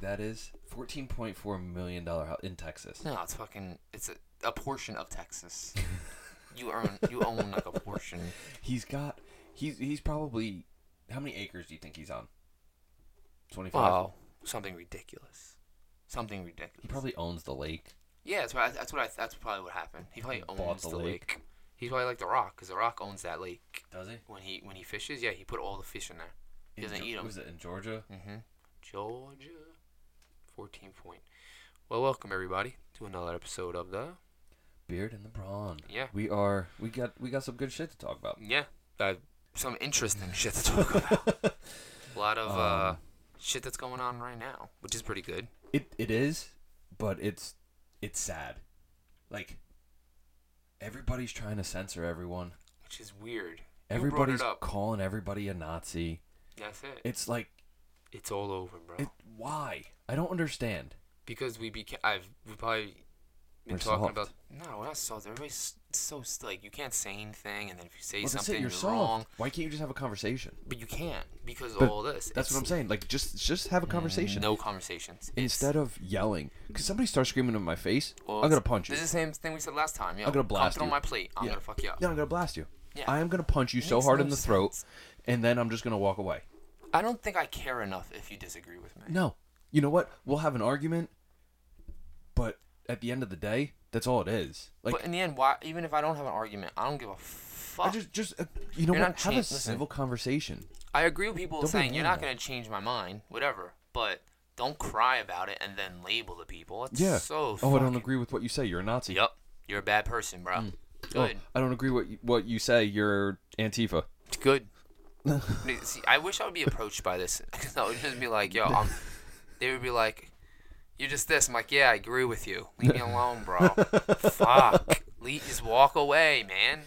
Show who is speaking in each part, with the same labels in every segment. Speaker 1: that is? Fourteen point four million dollar house in Texas.
Speaker 2: No, it's fucking. It's a, a portion of Texas. you own. You own like a portion.
Speaker 1: He's got. He's he's probably. How many acres do you think he's on? Twenty five.
Speaker 2: Wow. Something ridiculous. Something ridiculous.
Speaker 1: He probably owns the lake.
Speaker 2: Yeah, that's what. I, that's what. I, that's probably what happened. He probably
Speaker 1: Bought
Speaker 2: owns
Speaker 1: the
Speaker 2: the,
Speaker 1: lake.
Speaker 2: lake. He's probably like the Rock, cause the Rock owns that lake.
Speaker 1: Does he?
Speaker 2: When he when he fishes, yeah, he put all the fish in there. He doesn't eat them.
Speaker 1: Was it in Georgia?
Speaker 2: Mm-hmm. Georgia, fourteen point. Well, welcome everybody to another episode of the
Speaker 1: Beard and the Brawn.
Speaker 2: Yeah.
Speaker 1: We are. We got. We got some good shit to talk about.
Speaker 2: yeah. Uh, some interesting shit to talk about. A lot of uh,
Speaker 1: Um,
Speaker 2: shit that's going on right now, which is pretty good.
Speaker 1: It it is, but it's it's sad. Like everybody's trying to censor everyone.
Speaker 2: Which is weird. You brought
Speaker 1: Everybody's
Speaker 2: it up.
Speaker 1: calling everybody a Nazi.
Speaker 2: That's it.
Speaker 1: It's like
Speaker 2: It's all over, bro.
Speaker 1: it, why? I don't understand.
Speaker 2: because we became I've we probably been
Speaker 1: We're
Speaker 2: talking
Speaker 1: soft.
Speaker 2: about no, we're not soft. Everybody's so s- like you can't say anything, and then if you say
Speaker 1: Well, that's
Speaker 2: something
Speaker 1: it. You're
Speaker 2: you're
Speaker 1: soft.
Speaker 2: wrong,
Speaker 1: Why can't you just have a conversation?
Speaker 2: but you can't because of
Speaker 1: But
Speaker 2: all this.
Speaker 1: That's what I'm saying. Like just just
Speaker 2: Mm.
Speaker 1: have a conversation
Speaker 2: No conversations.
Speaker 1: instead of yelling. Cause somebody starts screaming in my face, I'm gonna punch you.
Speaker 2: This is the same thing we said last time. Yo,
Speaker 1: I'm gonna blast
Speaker 2: Pop it on
Speaker 1: you.
Speaker 2: my plate. I'm
Speaker 1: Yeah.
Speaker 2: gonna fuck you up.
Speaker 1: Yeah, I'm gonna blast you.
Speaker 2: Yeah.
Speaker 1: I am gonna punch you so
Speaker 2: makes
Speaker 1: hard
Speaker 2: no
Speaker 1: in the throat,
Speaker 2: sense.
Speaker 1: and then I'm just gonna walk away.
Speaker 2: I don't think I care enough if you disagree with me.
Speaker 1: No. You know what? We'll have an argument, but at the end of the day, that's all it is. Like
Speaker 2: but in the end, why? Even if I don't have an argument, I don't give a fuck.
Speaker 1: I
Speaker 2: I,
Speaker 1: just just uh, you know
Speaker 2: You're
Speaker 1: what?
Speaker 2: not
Speaker 1: Have a
Speaker 2: changed. Listen.
Speaker 1: civil conversation.
Speaker 2: agree with people
Speaker 1: Don't be
Speaker 2: saying you're not
Speaker 1: mean, though.
Speaker 2: gonna change my mind, whatever. But don't cry about it and then label the people. It's
Speaker 1: Yeah.
Speaker 2: So.
Speaker 1: oh, I don't
Speaker 2: fucking-
Speaker 1: agree with what you say. You're a Nazi.
Speaker 2: Yup. You're a bad person, bro.
Speaker 1: Oh,
Speaker 2: Good.
Speaker 1: I don't agree what you, what you say. You're Antifa.
Speaker 2: It's Good. See, I wish I would be approached by this. Because I would just be like, yo, I'm, they would be like, you're just this. I'm like, yeah, I agree with you. Leave me alone, bro. Fuck. Le- just walk away, man.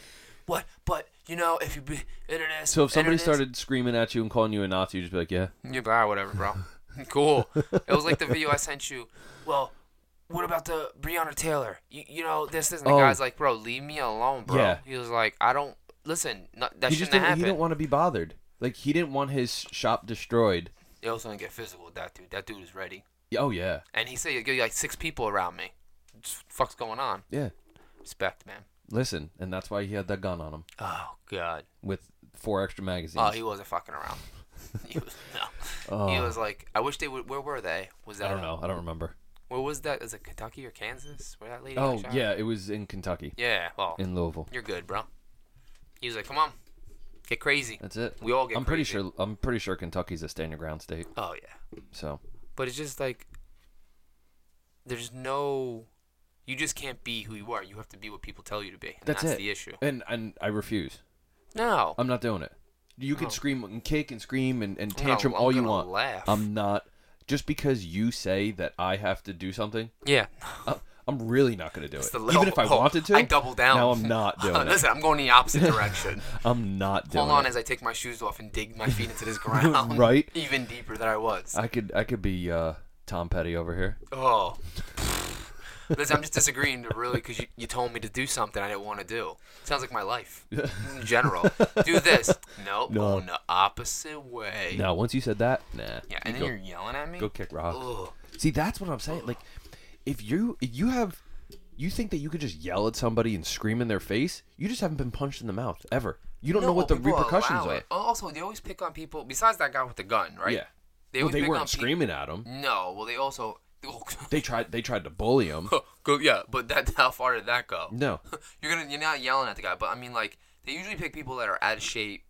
Speaker 2: What? But, you know, if you be. It is,
Speaker 1: So if somebody
Speaker 2: it is-
Speaker 1: started screaming at you and calling you a Nazi, you'd just be like, yeah.
Speaker 2: Yeah, but, all right, "Ah, whatever, bro. cool. It was like the video I sent you. Well, what about the Breonna Taylor? You, you know, this, this. And the
Speaker 1: Oh.
Speaker 2: guy's like, bro, leave me alone, bro.
Speaker 1: Yeah.
Speaker 2: He was like, I don't. Listen, no, that
Speaker 1: He
Speaker 2: shouldn't
Speaker 1: just didn't,
Speaker 2: happen.
Speaker 1: he didn't want to be bothered. Like he didn't want his shop destroyed.
Speaker 2: They also gonna get physical with that dude. That dude is ready.
Speaker 1: Yeah, Oh yeah,
Speaker 2: And he said he'll get like six people around me. What the fuck's going on?
Speaker 1: yeah.
Speaker 2: Respect, man.
Speaker 1: Listen, and that's why he had that gun on him
Speaker 2: Oh god.
Speaker 1: with four extra magazines.
Speaker 2: Oh, he wasn't fucking around. he was no. He was like, I wish they would. Where were they? Was that?
Speaker 1: Oh. I don't know. I don't remember.
Speaker 2: Where was that? Is it Kentucky or Kansas? Where that lady? got
Speaker 1: Oh
Speaker 2: shot?
Speaker 1: yeah, it was in Kentucky,
Speaker 2: Yeah. Well,
Speaker 1: in Louisville.
Speaker 2: you're good, bro. He was like, come on, get crazy.
Speaker 1: That's it.
Speaker 2: We all get
Speaker 1: I'm pretty
Speaker 2: crazy.
Speaker 1: sure. I'm pretty sure Kentucky's a stand your ground state.
Speaker 2: Oh yeah.
Speaker 1: So
Speaker 2: But it's just like there's no. You just can't be who you are. You have to be what people tell you to be. And
Speaker 1: that's,
Speaker 2: that's,
Speaker 1: it.
Speaker 2: the issue.
Speaker 1: And and I refuse.
Speaker 2: No.
Speaker 1: I'm not doing it. You can
Speaker 2: No.
Speaker 1: scream and kick and scream and, and
Speaker 2: Oh. No,
Speaker 1: tantrum
Speaker 2: I'm
Speaker 1: all you
Speaker 2: gonna
Speaker 1: want.
Speaker 2: laugh.
Speaker 1: I'm not. Just because you say that I have to do something,
Speaker 2: Yeah.
Speaker 1: I- Uh, I'm really not going to do it.
Speaker 2: It's the
Speaker 1: Even if I
Speaker 2: oh,
Speaker 1: wanted to,
Speaker 2: I double down.
Speaker 1: No, I'm not doing it.
Speaker 2: Listen, I'm going the opposite direction.
Speaker 1: I'm not doing
Speaker 2: Hold on
Speaker 1: it.
Speaker 2: as I take my shoes off and dig my feet into this ground.
Speaker 1: Right.
Speaker 2: Even deeper than I was.
Speaker 1: I could I could be uh, Tom Petty over here.
Speaker 2: oh. Listen, I'm just disagreeing to really because you, you told me to do something I didn't want to do. Sounds like my life in general. Do this. No,
Speaker 1: No.
Speaker 2: going the opposite way.
Speaker 1: Now, once you said that, nah.
Speaker 2: Yeah, and then
Speaker 1: go,
Speaker 2: you're yelling at me?
Speaker 1: go kick rocks.
Speaker 2: Ugh.
Speaker 1: See, that's what I'm saying. Like, if you if you have, you think that you could just yell at somebody and scream in their face. You just haven't been punched in the mouth ever. You don't know
Speaker 2: No,
Speaker 1: what the
Speaker 2: people
Speaker 1: repercussions
Speaker 2: allow
Speaker 1: are.
Speaker 2: it. Also, they always pick on people, besides that guy with the gun, right?
Speaker 1: Yeah.
Speaker 2: They
Speaker 1: Well,
Speaker 2: always
Speaker 1: they
Speaker 2: pick on
Speaker 1: weren't
Speaker 2: people.
Speaker 1: screaming at him.
Speaker 2: No, well, they also.
Speaker 1: They tried. They tried to bully him.
Speaker 2: go, yeah, but that how far did that go?
Speaker 1: No.
Speaker 2: You're gonna you're not yelling at the guy, but I mean like they usually pick people that are out of shape,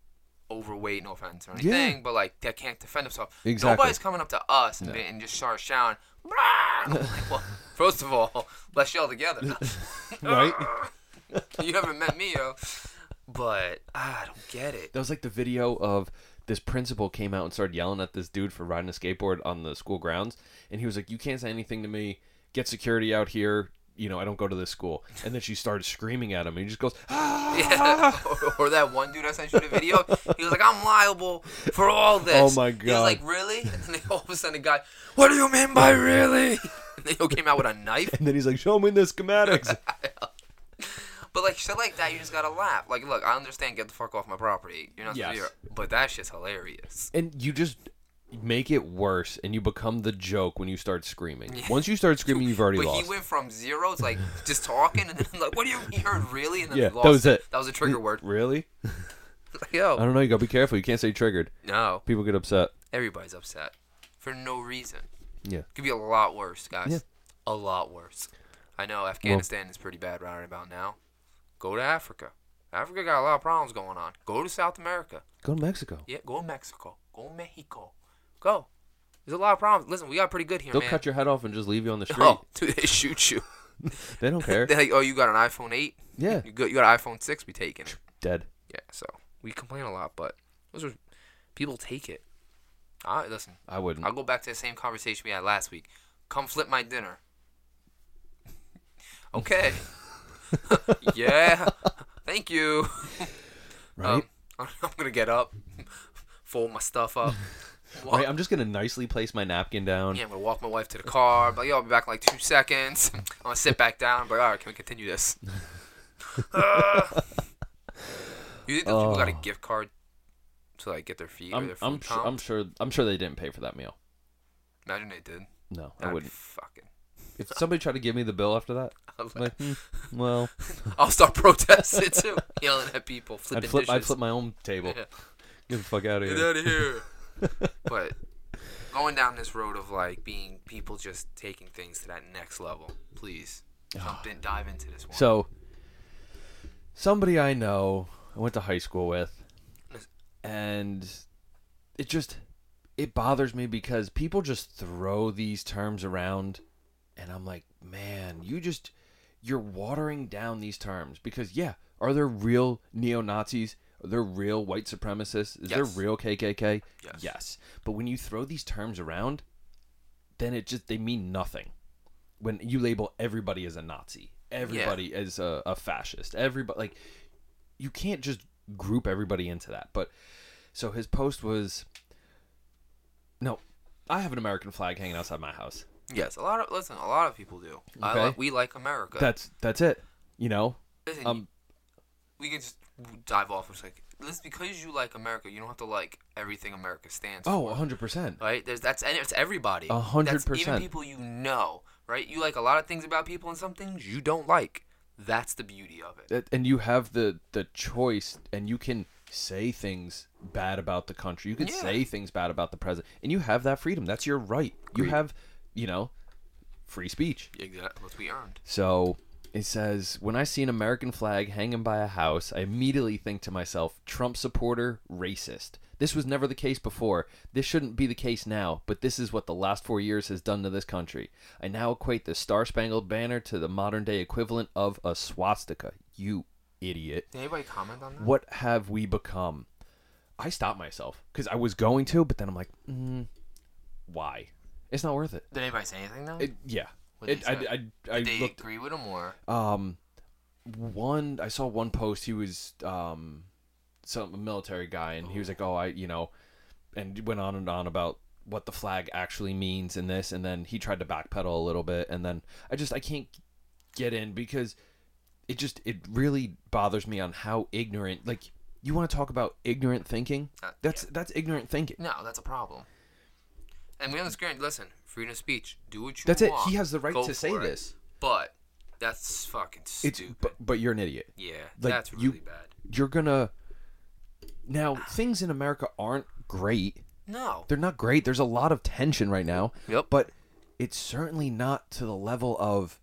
Speaker 2: overweight, no offense or
Speaker 1: Yeah.
Speaker 2: anything, but like that can't defend themselves.
Speaker 1: Exactly.
Speaker 2: Nobody's coming up to us and, be- and just start shouting. "Rah!" I'm like, well, first of all, let's yell together.
Speaker 1: Right.
Speaker 2: you haven't met me, yo. But ah, I don't get it.
Speaker 1: That was like the video of this principal came out and started yelling at this dude for riding a skateboard on the school grounds, and he was like, "You can't say anything to me. Get security out here." You know, I don't go to this school. And then she started screaming at him, and he just goes, "Ah!"
Speaker 2: Yeah. or, or that one dude I sent you the video. He was like, "I'm liable for all this."
Speaker 1: Oh my
Speaker 2: He was like, "Really?" And then all of a sudden, the guy, "What do you mean by really?" And then he came out with a knife.
Speaker 1: And then he's like, "Show me the schematics."
Speaker 2: But like shit like that, you just gotta laugh. Like, look, I understand. Get the fuck off my property. You're not
Speaker 1: Yes.
Speaker 2: supposed to be here. But that shit's hilarious.
Speaker 1: and you just make it worse and you become the joke when you start screaming. Once you start screaming, you've already
Speaker 2: But
Speaker 1: lost.
Speaker 2: he went from zero to like just talking and then like what do you he heard really and then
Speaker 1: Yeah,
Speaker 2: he
Speaker 1: that
Speaker 2: lost
Speaker 1: was
Speaker 2: it.
Speaker 1: it.
Speaker 2: That was a trigger word.
Speaker 1: really?
Speaker 2: Like,
Speaker 1: I
Speaker 2: Yo,
Speaker 1: don't know. You gotta be careful. You can't say triggered.
Speaker 2: no,
Speaker 1: People get upset.
Speaker 2: everybody's upset for no reason.
Speaker 1: Yeah.
Speaker 2: Could be a lot worse, guys.
Speaker 1: Yeah.
Speaker 2: A lot worse. I know Afghanistan is pretty bad right about now. Go to Africa. Africa got a lot of problems going on. Go to South America.
Speaker 1: Go to Mexico.
Speaker 2: Yeah, go to Mexico. Go to Mexico. Go. There's a lot of problems. Listen, we got pretty good here,
Speaker 1: They'll
Speaker 2: man.
Speaker 1: cut your head off and just leave you on the street.
Speaker 2: oh, dude, they shoot you.
Speaker 1: They don't care.
Speaker 2: They're like, oh, you got an iPhone 8?
Speaker 1: Yeah.
Speaker 2: You got, you got an iPhone 6 be taken.
Speaker 1: Dead.
Speaker 2: Yeah, so we complain a lot, but those are people take it. I listen.
Speaker 1: I wouldn't.
Speaker 2: I'll go back to the same conversation we had last week. Come flip my dinner. Okay. yeah. Thank you.
Speaker 1: right?
Speaker 2: Um, I'm gonna get up, fold my stuff up. Walk,
Speaker 1: right? I'm just gonna nicely place my napkin down.
Speaker 2: Yeah, I'm gonna walk my wife to the car. But like, yo, I'll be back in like two seconds. I'm gonna sit back down. But all right, can we continue this? Ah. you think those people got a
Speaker 1: Oh.
Speaker 2: gift card to like get their feet or
Speaker 1: I'm,
Speaker 2: their food
Speaker 1: I'm, sure, I'm
Speaker 2: comped?
Speaker 1: sure. I'm sure they didn't pay for that meal.
Speaker 2: Imagine they did.
Speaker 1: No, I
Speaker 2: That'd
Speaker 1: wouldn't.
Speaker 2: Be fucking.
Speaker 1: If somebody tried to give me the bill after that,
Speaker 2: I'll-
Speaker 1: I'm like, hmm, well,
Speaker 2: I'll start protesting too, yelling at people, flipping
Speaker 1: I'd flip.
Speaker 2: dishes.
Speaker 1: I'd flip my own table.
Speaker 2: Yeah.
Speaker 1: Get the fuck out of
Speaker 2: Get
Speaker 1: here.
Speaker 2: out of here. but going down this road of like being people just taking things to that next level, please.
Speaker 1: Ah.
Speaker 2: Jump in, dive into this one.
Speaker 1: So, somebody I know, I went to high school with, and it just it bothers me because people just throw these terms around, and I'm like, man, you just you're watering down these terms because yeah, are there real neo Nazis? Are there real white supremacists? Is there
Speaker 2: Yes.
Speaker 1: real KKK?
Speaker 2: Yes.
Speaker 1: yes. But when you throw these terms around, then it just they mean nothing. When you label everybody as a Nazi, everybody as a, a fascist, everybody like you can't just group everybody into that. But so his post was no, I have an American flag hanging outside my house.
Speaker 2: yes, a lot of listen, a lot of people do. I
Speaker 1: Okay.
Speaker 2: li- we like America.
Speaker 1: That's that's it. You know,
Speaker 2: listen,
Speaker 1: um,
Speaker 2: we can just dive off. It's like listen, because you like America, you don't have to like everything America stands for.
Speaker 1: oh, hundred percent.
Speaker 2: right? There's that's and it's everybody.
Speaker 1: A hundred
Speaker 2: That's Even
Speaker 1: percent.
Speaker 2: people you know, right? You like a lot of things about people, and some things you don't like. That's the beauty of it.
Speaker 1: that- Uh, and you have the the choice and you can say things bad about the country you can
Speaker 2: Yeah.
Speaker 1: say things bad about the president and you have that freedom that's your right you have you know free speech
Speaker 2: Exactly. What we earned.
Speaker 1: so it says when i see an american flag hanging by a house i immediately think to myself trump supporter racist this was never the case before this shouldn't be the case now but this is what the last four years has done to this country i now equate the star-spangled banner to the modern day equivalent of a swastika you idiot
Speaker 2: Did anybody comment on that?
Speaker 1: what have we become? I stopped myself because I was going to, but then I'm like, mm, why? It's not worth it.
Speaker 2: Did anybody say anything though?
Speaker 1: It- yeah.
Speaker 2: What'd
Speaker 1: It,
Speaker 2: they
Speaker 1: I,
Speaker 2: say?
Speaker 1: I, I,
Speaker 2: Did they
Speaker 1: looked.
Speaker 2: agree with him or?
Speaker 1: Um, one I saw one post. He was um, some a military guy, and he was like, "Oh, I, you know," and he went on and on about what the flag actually means in this, and then he tried to backpedal a little bit, and then I just I can't get in because it just it really bothers me on how ignorant like you want to talk about ignorant thinking
Speaker 2: Uh,
Speaker 1: that's that's ignorant thinking
Speaker 2: No, that's a problem. And we understand. Listen, freedom of speech. Do what you
Speaker 1: that's it
Speaker 2: want.
Speaker 1: he has the right
Speaker 2: Go
Speaker 1: to say
Speaker 2: for it.
Speaker 1: this
Speaker 2: But that's fucking
Speaker 1: it's
Speaker 2: stupid.
Speaker 1: but, but you're an idiot
Speaker 2: yeah,
Speaker 1: like,
Speaker 2: that's really
Speaker 1: you-
Speaker 2: bad.
Speaker 1: you're gonna now things in america aren't great
Speaker 2: No.
Speaker 1: they're not great there's a lot of tension right now
Speaker 2: Yep.
Speaker 1: but it's certainly not to the level of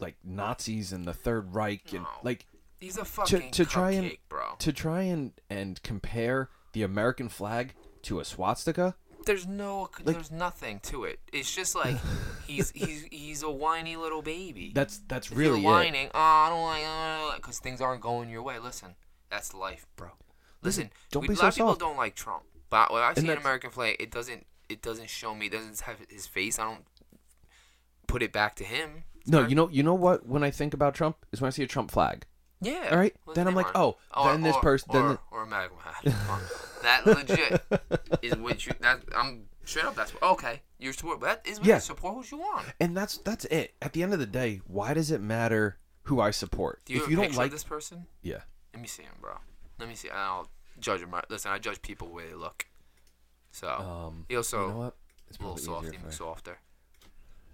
Speaker 1: like nazis and the third reich and
Speaker 2: No.
Speaker 1: like
Speaker 2: He's a
Speaker 1: to,
Speaker 2: fucking
Speaker 1: to try and
Speaker 2: cupcake, bro.
Speaker 1: to try and and compare the American flag to a swastika.
Speaker 2: there's no there's nothing to it. It's just like he's he's he's a whiny little baby.
Speaker 1: That's that's
Speaker 2: If
Speaker 1: really
Speaker 2: you're
Speaker 1: it.
Speaker 2: whining. Oh, I don't like because things aren't going your way. Listen, that's life, bro. Listen,
Speaker 1: don't
Speaker 2: we,
Speaker 1: be
Speaker 2: a lot
Speaker 1: so
Speaker 2: of people
Speaker 1: soft.
Speaker 2: don't like Trump, but when I see an
Speaker 1: that's-
Speaker 2: American flag, it doesn't it doesn't show me. It doesn't have his face. I don't put it back to him.
Speaker 1: No, you know you know what? When I think about Trump, is when I see a Trump flag.
Speaker 2: Yeah.
Speaker 1: All right,
Speaker 2: what's
Speaker 1: then
Speaker 2: his
Speaker 1: I'm
Speaker 2: name
Speaker 1: like,
Speaker 2: on it?
Speaker 1: oh, then this person-
Speaker 2: Or,
Speaker 1: then the-
Speaker 2: or Malcolm Gladwell. that legit is what you. That I'm straight up. That's what, okay. You're support. That is what
Speaker 1: Yeah.
Speaker 2: you support. What you want.
Speaker 1: And that's that's it. At the end of the day, why does it matter who I support?
Speaker 2: Do you
Speaker 1: if
Speaker 2: have
Speaker 1: you
Speaker 2: a
Speaker 1: don't
Speaker 2: picture
Speaker 1: like,
Speaker 2: of this person?
Speaker 1: yeah,
Speaker 2: Let me see him, bro. Let me see. I'll judge him. Right. Listen, I judge people the way they look. So
Speaker 1: Um,
Speaker 2: he also
Speaker 1: you know what? It's
Speaker 2: a Oh. little
Speaker 1: probably
Speaker 2: soft,
Speaker 1: easier
Speaker 2: even
Speaker 1: for-
Speaker 2: softer.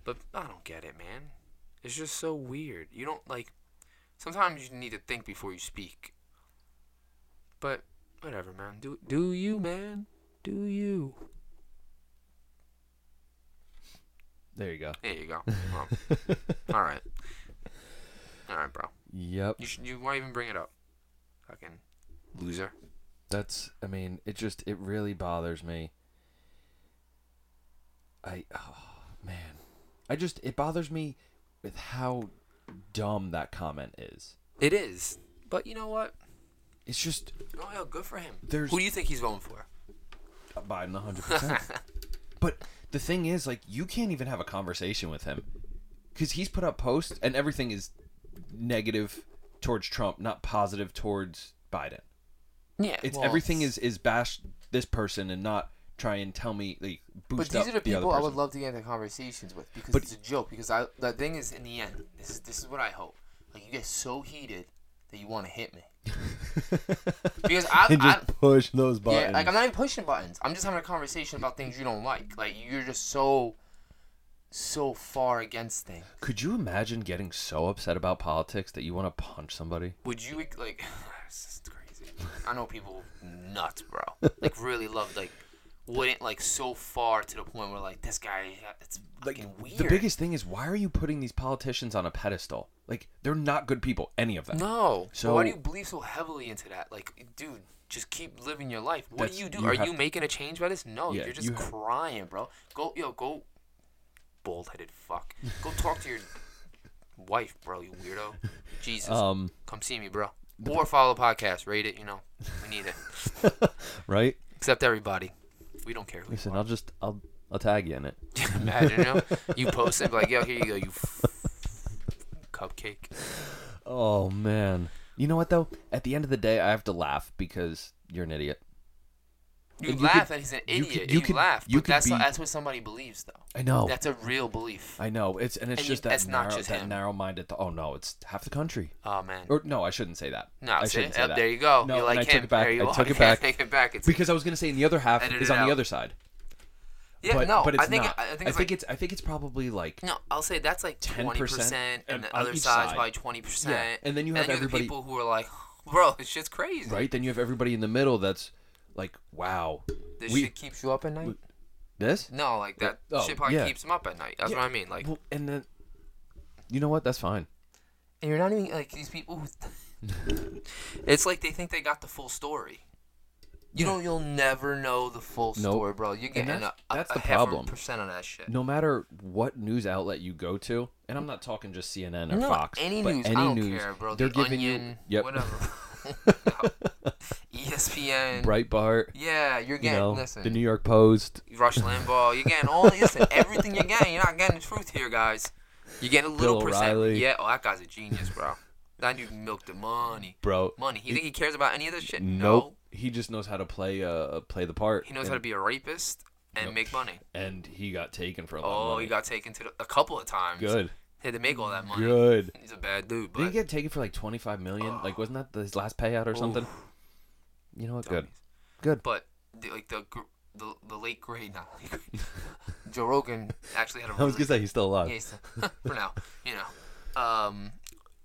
Speaker 2: But I don't get it, man. It's just so weird. You don't like. Sometimes you need to think before you speak. But whatever, man. Do do you, man? Do you?
Speaker 1: There you go.
Speaker 2: There you go. Well, all right. All right, bro.
Speaker 1: Yep.
Speaker 2: You should, you won't even bring it up. Fucking loser.
Speaker 1: That's. I mean, it just. It really bothers me. I. Oh man. I just. It bothers me with how dumb that comment is.
Speaker 2: It is. But you know what?
Speaker 1: It's just.
Speaker 2: Oh, yeah, good for him.
Speaker 1: There's-
Speaker 2: Who do you think he's voting for?
Speaker 1: I'm 100. percent But the thing is, like, you can't even have a conversation with him because he's put up posts and everything is negative towards Trump, not positive towards Biden.
Speaker 2: Yeah.
Speaker 1: It's
Speaker 2: well,
Speaker 1: everything is is bash this person and not try and tell me like
Speaker 2: But
Speaker 1: boost
Speaker 2: these
Speaker 1: up
Speaker 2: are the people I
Speaker 1: other
Speaker 2: would
Speaker 1: person.
Speaker 2: love to get into conversations with because
Speaker 1: But-
Speaker 2: it's a joke. Because I the thing is, in the end, this is this is what I hope. Like you get so heated that you want to hit me. because I,
Speaker 1: and
Speaker 2: I
Speaker 1: just push those buttons.
Speaker 2: yeah, like I'm not even pushing buttons. I'm just having a conversation about things you don't like. Like you're just so so far against things.
Speaker 1: Could you imagine getting so upset about politics that you want to punch somebody?
Speaker 2: Would you like? This is crazy. I know people nuts, bro. Like really love like wouldn't like so far to the point where like this guy it's fucking weird.
Speaker 1: The biggest thing is why are you putting these politicians on a pedestal? Like they're not good people, any of them.
Speaker 2: No. So
Speaker 1: So-
Speaker 2: why do you believe so heavily into that? Like, dude, just keep living your life. What do
Speaker 1: That's-
Speaker 2: you do?
Speaker 1: you
Speaker 2: Are
Speaker 1: have-
Speaker 2: you making a change by this? No,
Speaker 1: Yeah,
Speaker 2: you're just
Speaker 1: you have-
Speaker 2: crying, bro. Go, yo, go, bald-headed fuck. Go talk to your wife, bro. You weirdo. Jesus,
Speaker 1: Um,
Speaker 2: come see me, bro. Or follow the podcast, rate it. You know, we need it.
Speaker 1: right?
Speaker 2: Except everybody, we don't care who.
Speaker 1: Listen, I'll just I'll I'll tag you in it.
Speaker 2: You are. Imagine, you know, you post it like, yo, here you go, you f- cupcake.
Speaker 1: Oh man. You know what though? At the end of the day, I have to laugh because you're an idiot.
Speaker 2: You,
Speaker 1: You could-
Speaker 2: laugh and he's an
Speaker 1: you
Speaker 2: idiot.
Speaker 1: could-
Speaker 2: You,
Speaker 1: you could-
Speaker 2: laugh,
Speaker 1: you
Speaker 2: but
Speaker 1: could
Speaker 2: that's
Speaker 1: be-
Speaker 2: that's what somebody believes, though.
Speaker 1: I know.
Speaker 2: That's a real belief.
Speaker 1: I know. It's and it's
Speaker 2: And you-
Speaker 1: just that
Speaker 2: that's not
Speaker 1: narrow,
Speaker 2: just
Speaker 1: that
Speaker 2: him.
Speaker 1: narrow-minded. Th- oh no, it's half the country.
Speaker 2: Oh man.
Speaker 1: Or no, I shouldn't say that.
Speaker 2: No,
Speaker 1: I
Speaker 2: see?
Speaker 1: shouldn't say
Speaker 2: Yep,
Speaker 1: that.
Speaker 2: there you go.
Speaker 1: No,
Speaker 2: You're
Speaker 1: and
Speaker 2: like
Speaker 1: I
Speaker 2: him.
Speaker 1: took it back.
Speaker 2: There you
Speaker 1: I
Speaker 2: are.
Speaker 1: took
Speaker 2: You
Speaker 1: it back
Speaker 2: can't Take it back. It's,
Speaker 1: because I was gonna say, and the other half
Speaker 2: Edit
Speaker 1: is
Speaker 2: it
Speaker 1: on
Speaker 2: out.
Speaker 1: the other side.
Speaker 2: yeah,
Speaker 1: but,
Speaker 2: no,
Speaker 1: but it's
Speaker 2: I think
Speaker 1: not.
Speaker 2: I, I think it's like,
Speaker 1: it's I think it's probably like
Speaker 2: no. I'll say that's like twenty
Speaker 1: 10%
Speaker 2: percent, and the
Speaker 1: on
Speaker 2: other
Speaker 1: each
Speaker 2: side's
Speaker 1: side.
Speaker 2: probably twenty percent.
Speaker 1: Yeah, and then you have everybody-
Speaker 2: people who are like, bro, this shit's crazy.
Speaker 1: right. Then you have everybody in the middle that's like, wow,
Speaker 2: This
Speaker 1: we
Speaker 2: shit keeps you up at night.
Speaker 1: this.
Speaker 2: no, like that
Speaker 1: Oh,
Speaker 2: shit probably
Speaker 1: yeah.
Speaker 2: keeps them up at night. That's
Speaker 1: Yeah.
Speaker 2: what I mean. Like,
Speaker 1: Well, and then you know what? That's fine.
Speaker 2: and you're not even like these people. who... it's like they think they got the full story. You know, you'll never know the full
Speaker 1: Nope.
Speaker 2: story, bro. You're getting
Speaker 1: that's-
Speaker 2: a,
Speaker 1: that's
Speaker 2: a
Speaker 1: the
Speaker 2: half a
Speaker 1: problem.
Speaker 2: percent of that shit.
Speaker 1: No matter what news outlet you go to, and I'm not talking just CNN or
Speaker 2: No,
Speaker 1: Fox,
Speaker 2: Any
Speaker 1: but
Speaker 2: news,
Speaker 1: any
Speaker 2: I don't
Speaker 1: news,
Speaker 2: care, bro.
Speaker 1: they're
Speaker 2: the
Speaker 1: giving
Speaker 2: Onion,
Speaker 1: you yep,
Speaker 2: whatever. E ESPN.
Speaker 1: Breitbart,
Speaker 2: Yeah, you're
Speaker 1: you
Speaker 2: getting
Speaker 1: know,
Speaker 2: listen.
Speaker 1: the New York Post.
Speaker 2: Rush Limbaugh, you're getting all listen, everything you're getting. You're not getting the truth here, guys. You're getting a little
Speaker 1: Bill
Speaker 2: percent.
Speaker 1: O'Reilly.
Speaker 2: Yeah, oh that guy's a genius, bro. That dude milked the money.
Speaker 1: Bro,
Speaker 2: Money. You think he cares about any of this shit?
Speaker 1: Nope. He just knows how to play uh play the part.
Speaker 2: He knows
Speaker 1: and,
Speaker 2: how to be a rapist and make money.
Speaker 1: and he got taken for a lot of
Speaker 2: Oh,
Speaker 1: money.
Speaker 2: he got taken to the, a couple of times.
Speaker 1: good.
Speaker 2: He had to make all that money.
Speaker 1: Good.
Speaker 2: He's a bad dude,
Speaker 1: Did he
Speaker 2: but
Speaker 1: get taken for like 25 million? like wasn't that his last payout or something? You know what? Good. Good.
Speaker 2: but the, like the gr- the, the late great not late great, Joe Rogan actually had a
Speaker 1: I
Speaker 2: really-
Speaker 1: was going to say he's still alive.
Speaker 2: yeah, he's- for now you know um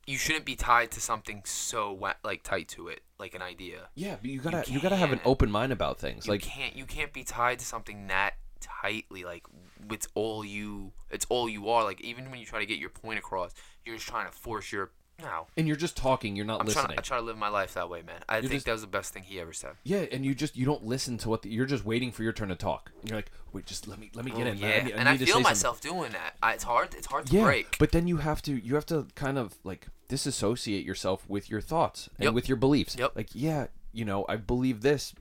Speaker 2: you shouldn't be tied to something so wa- like tight to it like an idea
Speaker 1: Yeah, but you got to you, got to have an open mind about things.
Speaker 2: you
Speaker 1: Like
Speaker 2: can't you can't be tied to something that tightly like it's all you it's all you are like even when you try to get your point across you're just trying to force your no
Speaker 1: and you're just talking, you're not
Speaker 2: I'm
Speaker 1: listening.
Speaker 2: trying to, I try to live my life that way man I think
Speaker 1: just-
Speaker 2: that was the best thing he ever said
Speaker 1: Yeah, and you just you don't listen to what the, you're just waiting for your turn to talk. And you're like, wait, just let me let me get in.
Speaker 2: yeah
Speaker 1: I, need- I
Speaker 2: and I
Speaker 1: need to
Speaker 2: feel
Speaker 1: say something."
Speaker 2: myself doing that I, it's hard it's hard to
Speaker 1: Yeah,
Speaker 2: break
Speaker 1: but then you have to you have to kind of like disassociate yourself with your thoughts and
Speaker 2: Yep.
Speaker 1: with your beliefs.
Speaker 2: Yep.
Speaker 1: Like, yeah, you know, I believe this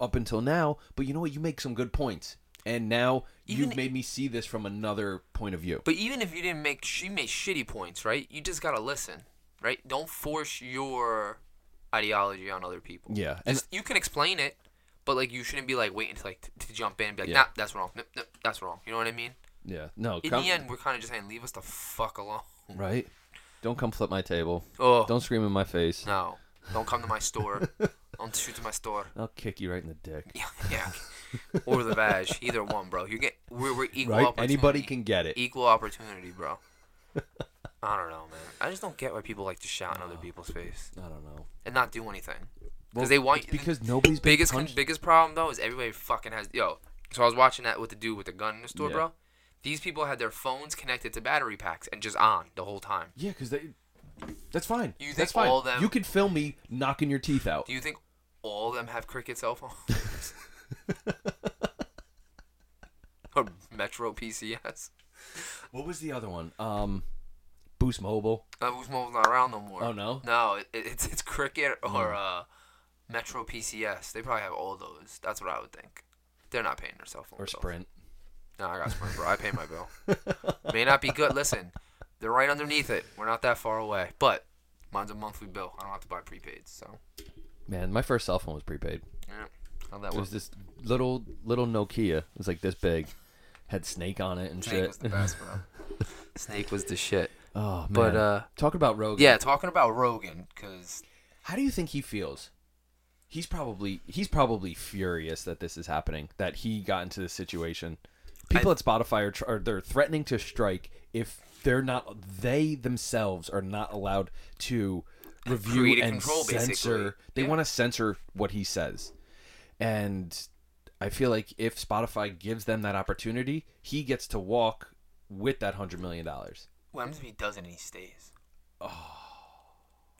Speaker 1: up until now, but you know what? You make some good points, and now
Speaker 2: Even-
Speaker 1: you've made me see this from another point of view.
Speaker 2: But even if you didn't make, she made shitty points, right? You just gotta listen, right? Don't force your ideology on other people.
Speaker 1: Yeah, and
Speaker 2: Just, you can explain it, but like you shouldn't be like waiting to like t- to jump in, and be like,
Speaker 1: Yeah.
Speaker 2: nah, that's wrong, Nope, nope, that's wrong. You know what I mean?
Speaker 1: yeah, no,
Speaker 2: In
Speaker 1: come,
Speaker 2: the end, we're kind of just saying, leave us the fuck alone.
Speaker 1: right? Don't come flip my table.
Speaker 2: Oh
Speaker 1: Don't scream in my face.
Speaker 2: no, don't come to my store. Don't on shoot to my store.
Speaker 1: I'll kick you right in the dick.
Speaker 2: Yeah, yeah. or the vag, either one, bro. You get we're, we're equal
Speaker 1: Right?
Speaker 2: opportunity. E
Speaker 1: Anybody can get it.
Speaker 2: equal opportunity, bro. I don't know, man. I just don't get why people like to shout in other people's face
Speaker 1: I don't know.
Speaker 2: and not do anything.
Speaker 1: Well,
Speaker 2: Because they want
Speaker 1: it's because nobody's been
Speaker 2: biggest con-
Speaker 1: punched.
Speaker 2: biggest problem though is everybody fucking has yo. So I was watching that with the dude with the gun in the store,
Speaker 1: Yeah.
Speaker 2: bro. These people had their phones connected to battery packs and just on the whole time.
Speaker 1: Yeah, because they. That's fine.
Speaker 2: You
Speaker 1: that's
Speaker 2: think
Speaker 1: fine.
Speaker 2: all them-
Speaker 1: You could film me knocking your teeth out.
Speaker 2: Do you think all of them have Cricket cell phones? or Metro PCS?
Speaker 1: What was the other one? Um, Boost Mobile.
Speaker 2: Uh, Who's moving not around no more?
Speaker 1: Oh, no? Hmm.
Speaker 2: No, it, it- it's it's Cricket or uh, Metro PCS. They probably have all those. That's what I would think. They're not paying their cell phone
Speaker 1: or
Speaker 2: bills.
Speaker 1: Sprint.
Speaker 2: No, I got Sprint, bro. I pay my bill. May not be good. Listen, they're right underneath it. We're not that far away. But mine's a monthly bill. I don't have to buy prepaid. So
Speaker 1: Man, my first cell phone was prepaid.
Speaker 2: yeah, how that
Speaker 1: It was
Speaker 2: works.
Speaker 1: this little little Nokia. It was like this big, had snake on it and
Speaker 2: Snake
Speaker 1: shit.
Speaker 2: was the best, bro. Snake was the shit.
Speaker 1: oh man.
Speaker 2: But uh,
Speaker 1: talk about Rogan.
Speaker 2: yeah, talking about Rogan, cause
Speaker 1: How do you think he feels? He's probably he's probably furious that this is happening. That he got into this situation. People at Spotify are, tr- are they're threatening to strike if they're not they themselves are not allowed to review
Speaker 2: create a
Speaker 1: and
Speaker 2: control, basically.
Speaker 1: censor. They
Speaker 2: Yeah.
Speaker 1: want to censor what he says, and I feel like if Spotify gives them that opportunity, he gets to walk with that hundred million dollars.
Speaker 2: what happens if he doesn't and he stays?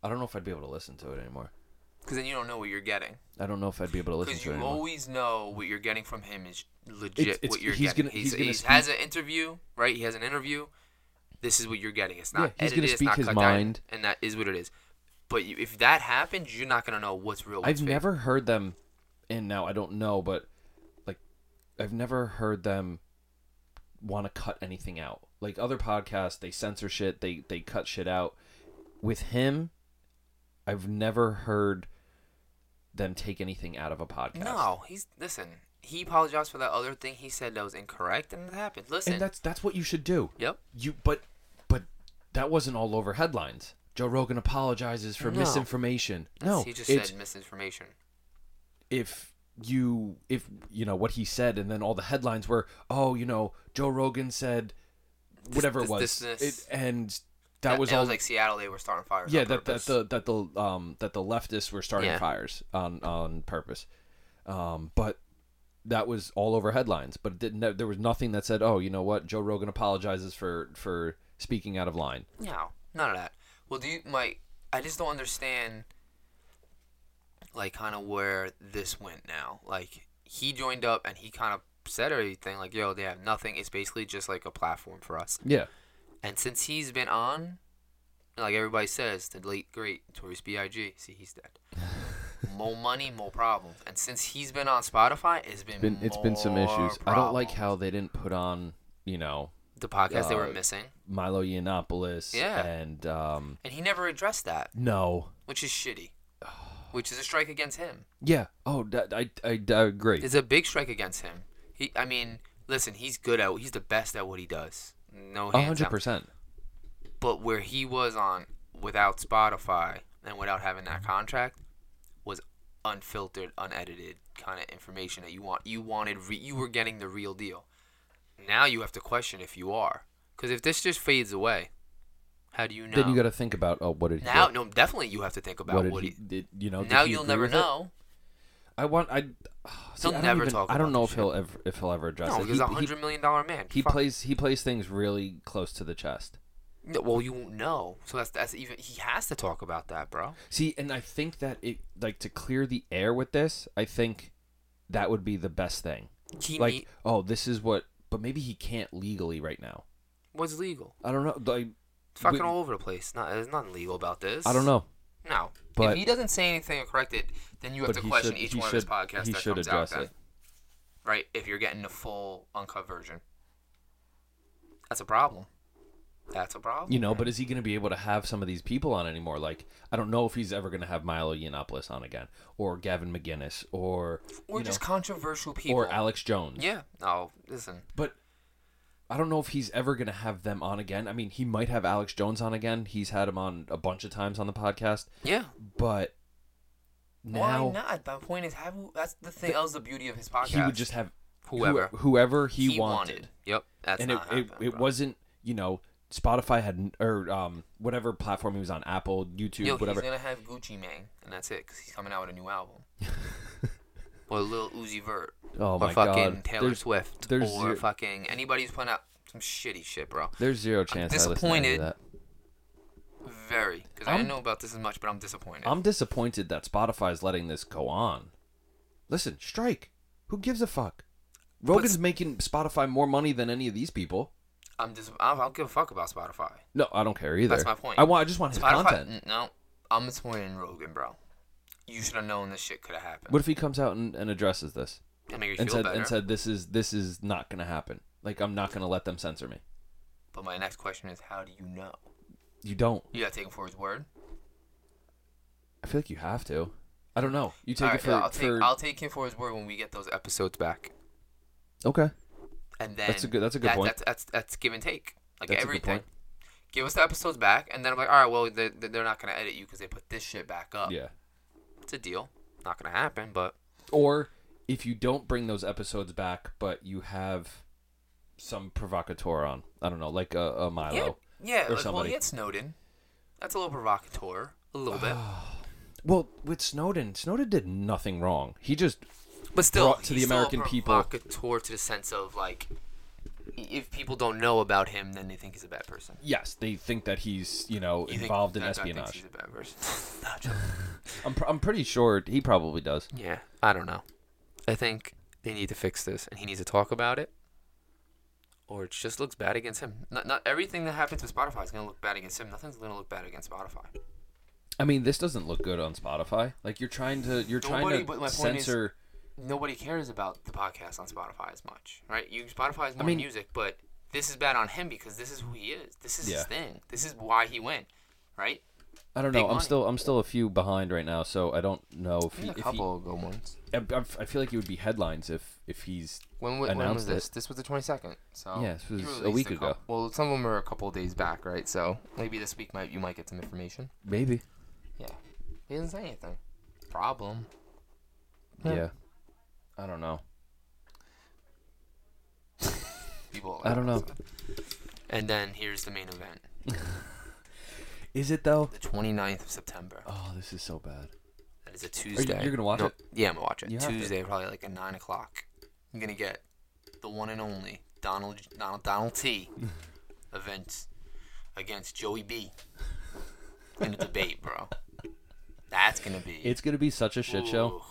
Speaker 1: I don't know if I'd be able to listen to it anymore.
Speaker 2: Cause then you don't know what you're getting.
Speaker 1: I don't know if I'd be able to listen
Speaker 2: Because
Speaker 1: to it
Speaker 2: you
Speaker 1: anymore.
Speaker 2: always know what you're getting from him is legit.
Speaker 1: It's- it's-
Speaker 2: what you're
Speaker 1: he's
Speaker 2: getting.
Speaker 1: gonna-
Speaker 2: he's,
Speaker 1: he's gonna
Speaker 2: he
Speaker 1: speak-
Speaker 2: has an interview, right? He has an interview. This is what you're getting. It's not
Speaker 1: Yeah, he's gonna
Speaker 2: edited. it's
Speaker 1: speak
Speaker 2: not
Speaker 1: his
Speaker 2: cut down,
Speaker 1: mind.
Speaker 2: and that is what it is. But you, if that happens, you're not gonna know what's real. What's
Speaker 1: I've
Speaker 2: fake.
Speaker 1: never heard them, and now I don't know, but like, I've never heard them want to cut anything out. Like other podcasts, they censor shit, they they cut shit out. With him, I've never heard them take anything out of a podcast.
Speaker 2: No, he's listen. He apologized for that other thing he said that was incorrect, and it happened. Listen.
Speaker 1: and that's that's what you should do.
Speaker 2: yep.
Speaker 1: You but but that wasn't all over headlines. Joe Rogan apologizes for
Speaker 2: No.
Speaker 1: misinformation. No,
Speaker 2: He just
Speaker 1: it's
Speaker 2: said misinformation.
Speaker 1: if you if you know what he said and then all the headlines were oh you know joe rogan said whatever
Speaker 2: this-
Speaker 1: it was
Speaker 2: this- this.
Speaker 1: It- and that, was
Speaker 2: and it
Speaker 1: all
Speaker 2: was like Seattle. They were starting fires.
Speaker 1: yeah
Speaker 2: on
Speaker 1: that, that
Speaker 2: purpose.
Speaker 1: the that the um that the leftists were starting
Speaker 2: Yeah.
Speaker 1: fires on on purpose um but that was all over headlines but it didn't there was nothing that said oh you know what joe rogan apologizes for for speaking out of line
Speaker 2: No, none of that. Well, do you, Mike? I just don't understand, like, kind of where this went now. Like, he joined up and he kind of said everything, like, yo, they have nothing. It's basically just like a platform for us.
Speaker 1: yeah
Speaker 2: And since he's been on, like everybody says, the late great Tories B.I.G. See, he's dead. more money, more problems. And since he's been on Spotify, it's been,
Speaker 1: been it's been some issues
Speaker 2: more
Speaker 1: i don't like
Speaker 2: problems.
Speaker 1: how they didn't put on you know
Speaker 2: the podcast they were
Speaker 1: uh,
Speaker 2: missing,
Speaker 1: milo yiannopoulos
Speaker 2: Yeah.
Speaker 1: and um
Speaker 2: and he never addressed that,
Speaker 1: No.
Speaker 2: which is shitty. Which is a strike against him.
Speaker 1: Yeah. Oh, that, I, I, I agree.
Speaker 2: It's a big strike against him. He, I mean, listen, he's good at, he's the best at what he does. No,
Speaker 1: A
Speaker 2: hands
Speaker 1: hundred
Speaker 2: down.
Speaker 1: percent.
Speaker 2: But where he was on without Spotify and without having that contract was unfiltered, unedited kind of information that you want. You wanted, re- you were getting the real deal. Now you have to question if you are, because if this just fades away, how do you know?
Speaker 1: Then you got to think about oh, what did he?
Speaker 2: now,
Speaker 1: do?
Speaker 2: no, definitely you have to think about
Speaker 1: what
Speaker 2: what,
Speaker 1: did
Speaker 2: he.
Speaker 1: he? Did, you know? did
Speaker 2: now
Speaker 1: he
Speaker 2: you'll
Speaker 1: agree
Speaker 2: never
Speaker 1: with it?
Speaker 2: know.
Speaker 1: I want. I. Uh,
Speaker 2: He'll never talk
Speaker 1: I don't
Speaker 2: about
Speaker 1: know
Speaker 2: this
Speaker 1: if he'll ever if he'll ever address
Speaker 2: No,
Speaker 1: it.
Speaker 2: he's a
Speaker 1: He- he,
Speaker 2: hundred million dollar man.
Speaker 1: he
Speaker 2: Fuck.
Speaker 1: plays he plays things really close to the chest.
Speaker 2: No, well, you won't know. So that's that's even he has to talk about that, bro.
Speaker 1: See, and I think that it like to clear the air with this. I think that would be the best thing.
Speaker 2: He
Speaker 1: Like,
Speaker 2: need-
Speaker 1: oh, this is what. But maybe he can't legally right now.
Speaker 2: what's legal?
Speaker 1: I don't know. Like,
Speaker 2: It's fucking
Speaker 1: We-
Speaker 2: all over the place. Not there's nothing legal about this.
Speaker 1: I don't know.
Speaker 2: No,
Speaker 1: But-
Speaker 2: if he doesn't say anything or correct it, then you have
Speaker 1: But
Speaker 2: to
Speaker 1: he
Speaker 2: question
Speaker 1: should.
Speaker 2: each
Speaker 1: he
Speaker 2: one of
Speaker 1: should.
Speaker 2: his podcasts
Speaker 1: he
Speaker 2: that
Speaker 1: should
Speaker 2: comes
Speaker 1: address
Speaker 2: out.
Speaker 1: it.
Speaker 2: Then, right? If you're getting the full uncut version, that's a problem. That's a problem.
Speaker 1: You know, but is he going to be able to have some of these people on anymore? Like, I don't know if he's ever going to have Milo Yiannopoulos on again, or Gavin McGinnis, or
Speaker 2: or
Speaker 1: you
Speaker 2: just
Speaker 1: know,
Speaker 2: controversial people.
Speaker 1: or Alex Jones.
Speaker 2: Yeah. No, listen.
Speaker 1: But I don't know if he's ever going to have them on again. I mean, he might have Alex Jones on again. He's had him on a bunch of times on the podcast,
Speaker 2: Yeah.
Speaker 1: but now
Speaker 2: Why not? My point is, have who- that's the thing. that was the beauty of his podcast.
Speaker 1: he would just have
Speaker 2: whoever
Speaker 1: who- whoever he,
Speaker 2: he
Speaker 1: wanted.
Speaker 2: Yep, that's
Speaker 1: and it,
Speaker 2: not
Speaker 1: it,
Speaker 2: happening,
Speaker 1: it
Speaker 2: bro.
Speaker 1: wasn't you know Spotify had n- or um whatever platform he was on Apple YouTube
Speaker 2: Yo,
Speaker 1: whatever
Speaker 2: he's gonna have Gucci Mane, and that's it, 'cause he's coming out with a new album. or Lil Uzi Vert,
Speaker 1: oh
Speaker 2: or
Speaker 1: my
Speaker 2: fucking
Speaker 1: god
Speaker 2: Taylor
Speaker 1: there's,
Speaker 2: Swift,
Speaker 1: there's
Speaker 2: or
Speaker 1: zero-
Speaker 2: fucking anybody who's putting out some shitty shit, bro.
Speaker 1: there's zero chance I listen to any
Speaker 2: disappointed.
Speaker 1: of that.
Speaker 2: Very, because I
Speaker 1: I'm-
Speaker 2: didn't know about this as much, but I'm disappointed.
Speaker 1: I'm disappointed that Spotify's letting this go on. Listen, strike. Who gives a fuck? Rogan's making Spotify more money than any of these people.
Speaker 2: I'm just, I don't give a fuck about Spotify.
Speaker 1: No, I don't care either.
Speaker 2: That's my point.
Speaker 1: I want. I just want his
Speaker 2: Spotify,
Speaker 1: content.
Speaker 2: n- no, I'm disappointed in Rogan, bro. You should have known this shit could have happened.
Speaker 1: What if he comes out and, and addresses this
Speaker 2: That made me
Speaker 1: and
Speaker 2: Mm. feel
Speaker 1: said
Speaker 2: better.
Speaker 1: and said this is this is not going to happen. Like I'm not going to let them censor me.
Speaker 2: but my next question is, how do you know?
Speaker 1: You don't.
Speaker 2: You gotta take him for his word.
Speaker 1: I feel like you have to. I don't know. You take
Speaker 2: All
Speaker 1: it
Speaker 2: right,
Speaker 1: for,
Speaker 2: I'll,
Speaker 1: for
Speaker 2: take, I'll take him for his word when we get those episodes back.
Speaker 1: okay.
Speaker 2: and then
Speaker 1: That's a good- that's a good
Speaker 2: that-
Speaker 1: point.
Speaker 2: That's, that's that's give and take, like
Speaker 1: That's a good
Speaker 2: everything.
Speaker 1: point.
Speaker 2: Give us the episodes back, and then I'm like, all right, well, they're, they're not gonna edit you because they put this shit back up.
Speaker 1: Yeah.
Speaker 2: it's a deal. Not gonna happen, but
Speaker 1: Or if you don't bring those episodes back, but you have some provocateur on. I don't know, like a, a Milo.
Speaker 2: yeah, yeah.
Speaker 1: Or
Speaker 2: Like, well,
Speaker 1: somebody.
Speaker 2: he had Snowden. That's a little provocateur, a little bit,
Speaker 1: Well, with Snowden, Snowden did nothing wrong. He just
Speaker 2: but still,
Speaker 1: brought to
Speaker 2: he's
Speaker 1: the
Speaker 2: still a
Speaker 1: American people-
Speaker 2: provocateur to the sense of like, if people don't know about him, then they think he's a bad person.
Speaker 1: yes, they think that he's you know
Speaker 2: You think
Speaker 1: involved in
Speaker 2: that guy thinks
Speaker 1: espionage.
Speaker 2: He's a bad person. Not joking.
Speaker 1: I'm pr- I'm pretty sure he probably does.
Speaker 2: Yeah, I don't know. I think they need to fix this, and he needs to talk about it, or it just looks bad against him. Not not everything that happens with Spotify is gonna look bad against him. Nothing's gonna look bad against Spotify.
Speaker 1: I mean, this doesn't look good on Spotify. Like you're trying to you're
Speaker 2: Nobody-
Speaker 1: trying
Speaker 2: but
Speaker 1: to
Speaker 2: my point is-
Speaker 1: censor.
Speaker 2: Nobody cares about the podcast on Spotify as much, right? You Spotify is more
Speaker 1: mean-
Speaker 2: music, but this is bad on him because this is who he is. This is
Speaker 1: Yeah.
Speaker 2: his thing. This is why he went, right?
Speaker 1: I don't
Speaker 2: big
Speaker 1: know. I'm
Speaker 2: money.
Speaker 1: still I'm still a few behind right now, so I don't know if he,
Speaker 2: A
Speaker 1: if he-
Speaker 2: couple of good ones.
Speaker 1: I, I- I feel like it would be headlines if if he's
Speaker 2: When, wa- when was
Speaker 1: announced
Speaker 2: this?
Speaker 1: it.
Speaker 2: This was the 22nd. So
Speaker 1: Yeah, this
Speaker 2: he
Speaker 1: was a
Speaker 2: released
Speaker 1: week ago.
Speaker 2: cou- well, some of them are a couple of days back, right? So maybe this week might you might get some information.
Speaker 1: maybe.
Speaker 2: Yeah. He didn't say anything. Problem.
Speaker 1: Yeah.
Speaker 2: Yeah.
Speaker 1: I don't know.
Speaker 2: People.
Speaker 1: I don't know.
Speaker 2: And then here's the main event.
Speaker 1: Is it though?
Speaker 2: The 29th of September.
Speaker 1: Oh, this is so bad.
Speaker 2: That is a Tuesday.
Speaker 1: you're gonna watch it?
Speaker 2: Yeah, I'm gonna watch it.
Speaker 1: You have to.
Speaker 2: Tuesday, probably like at nine o'clock. I'm gonna get the one and only Donald Donald Donald T. events against Joey B. in a debate, bro. That's gonna be
Speaker 1: It's gonna be such a shit show.
Speaker 2: Ooh.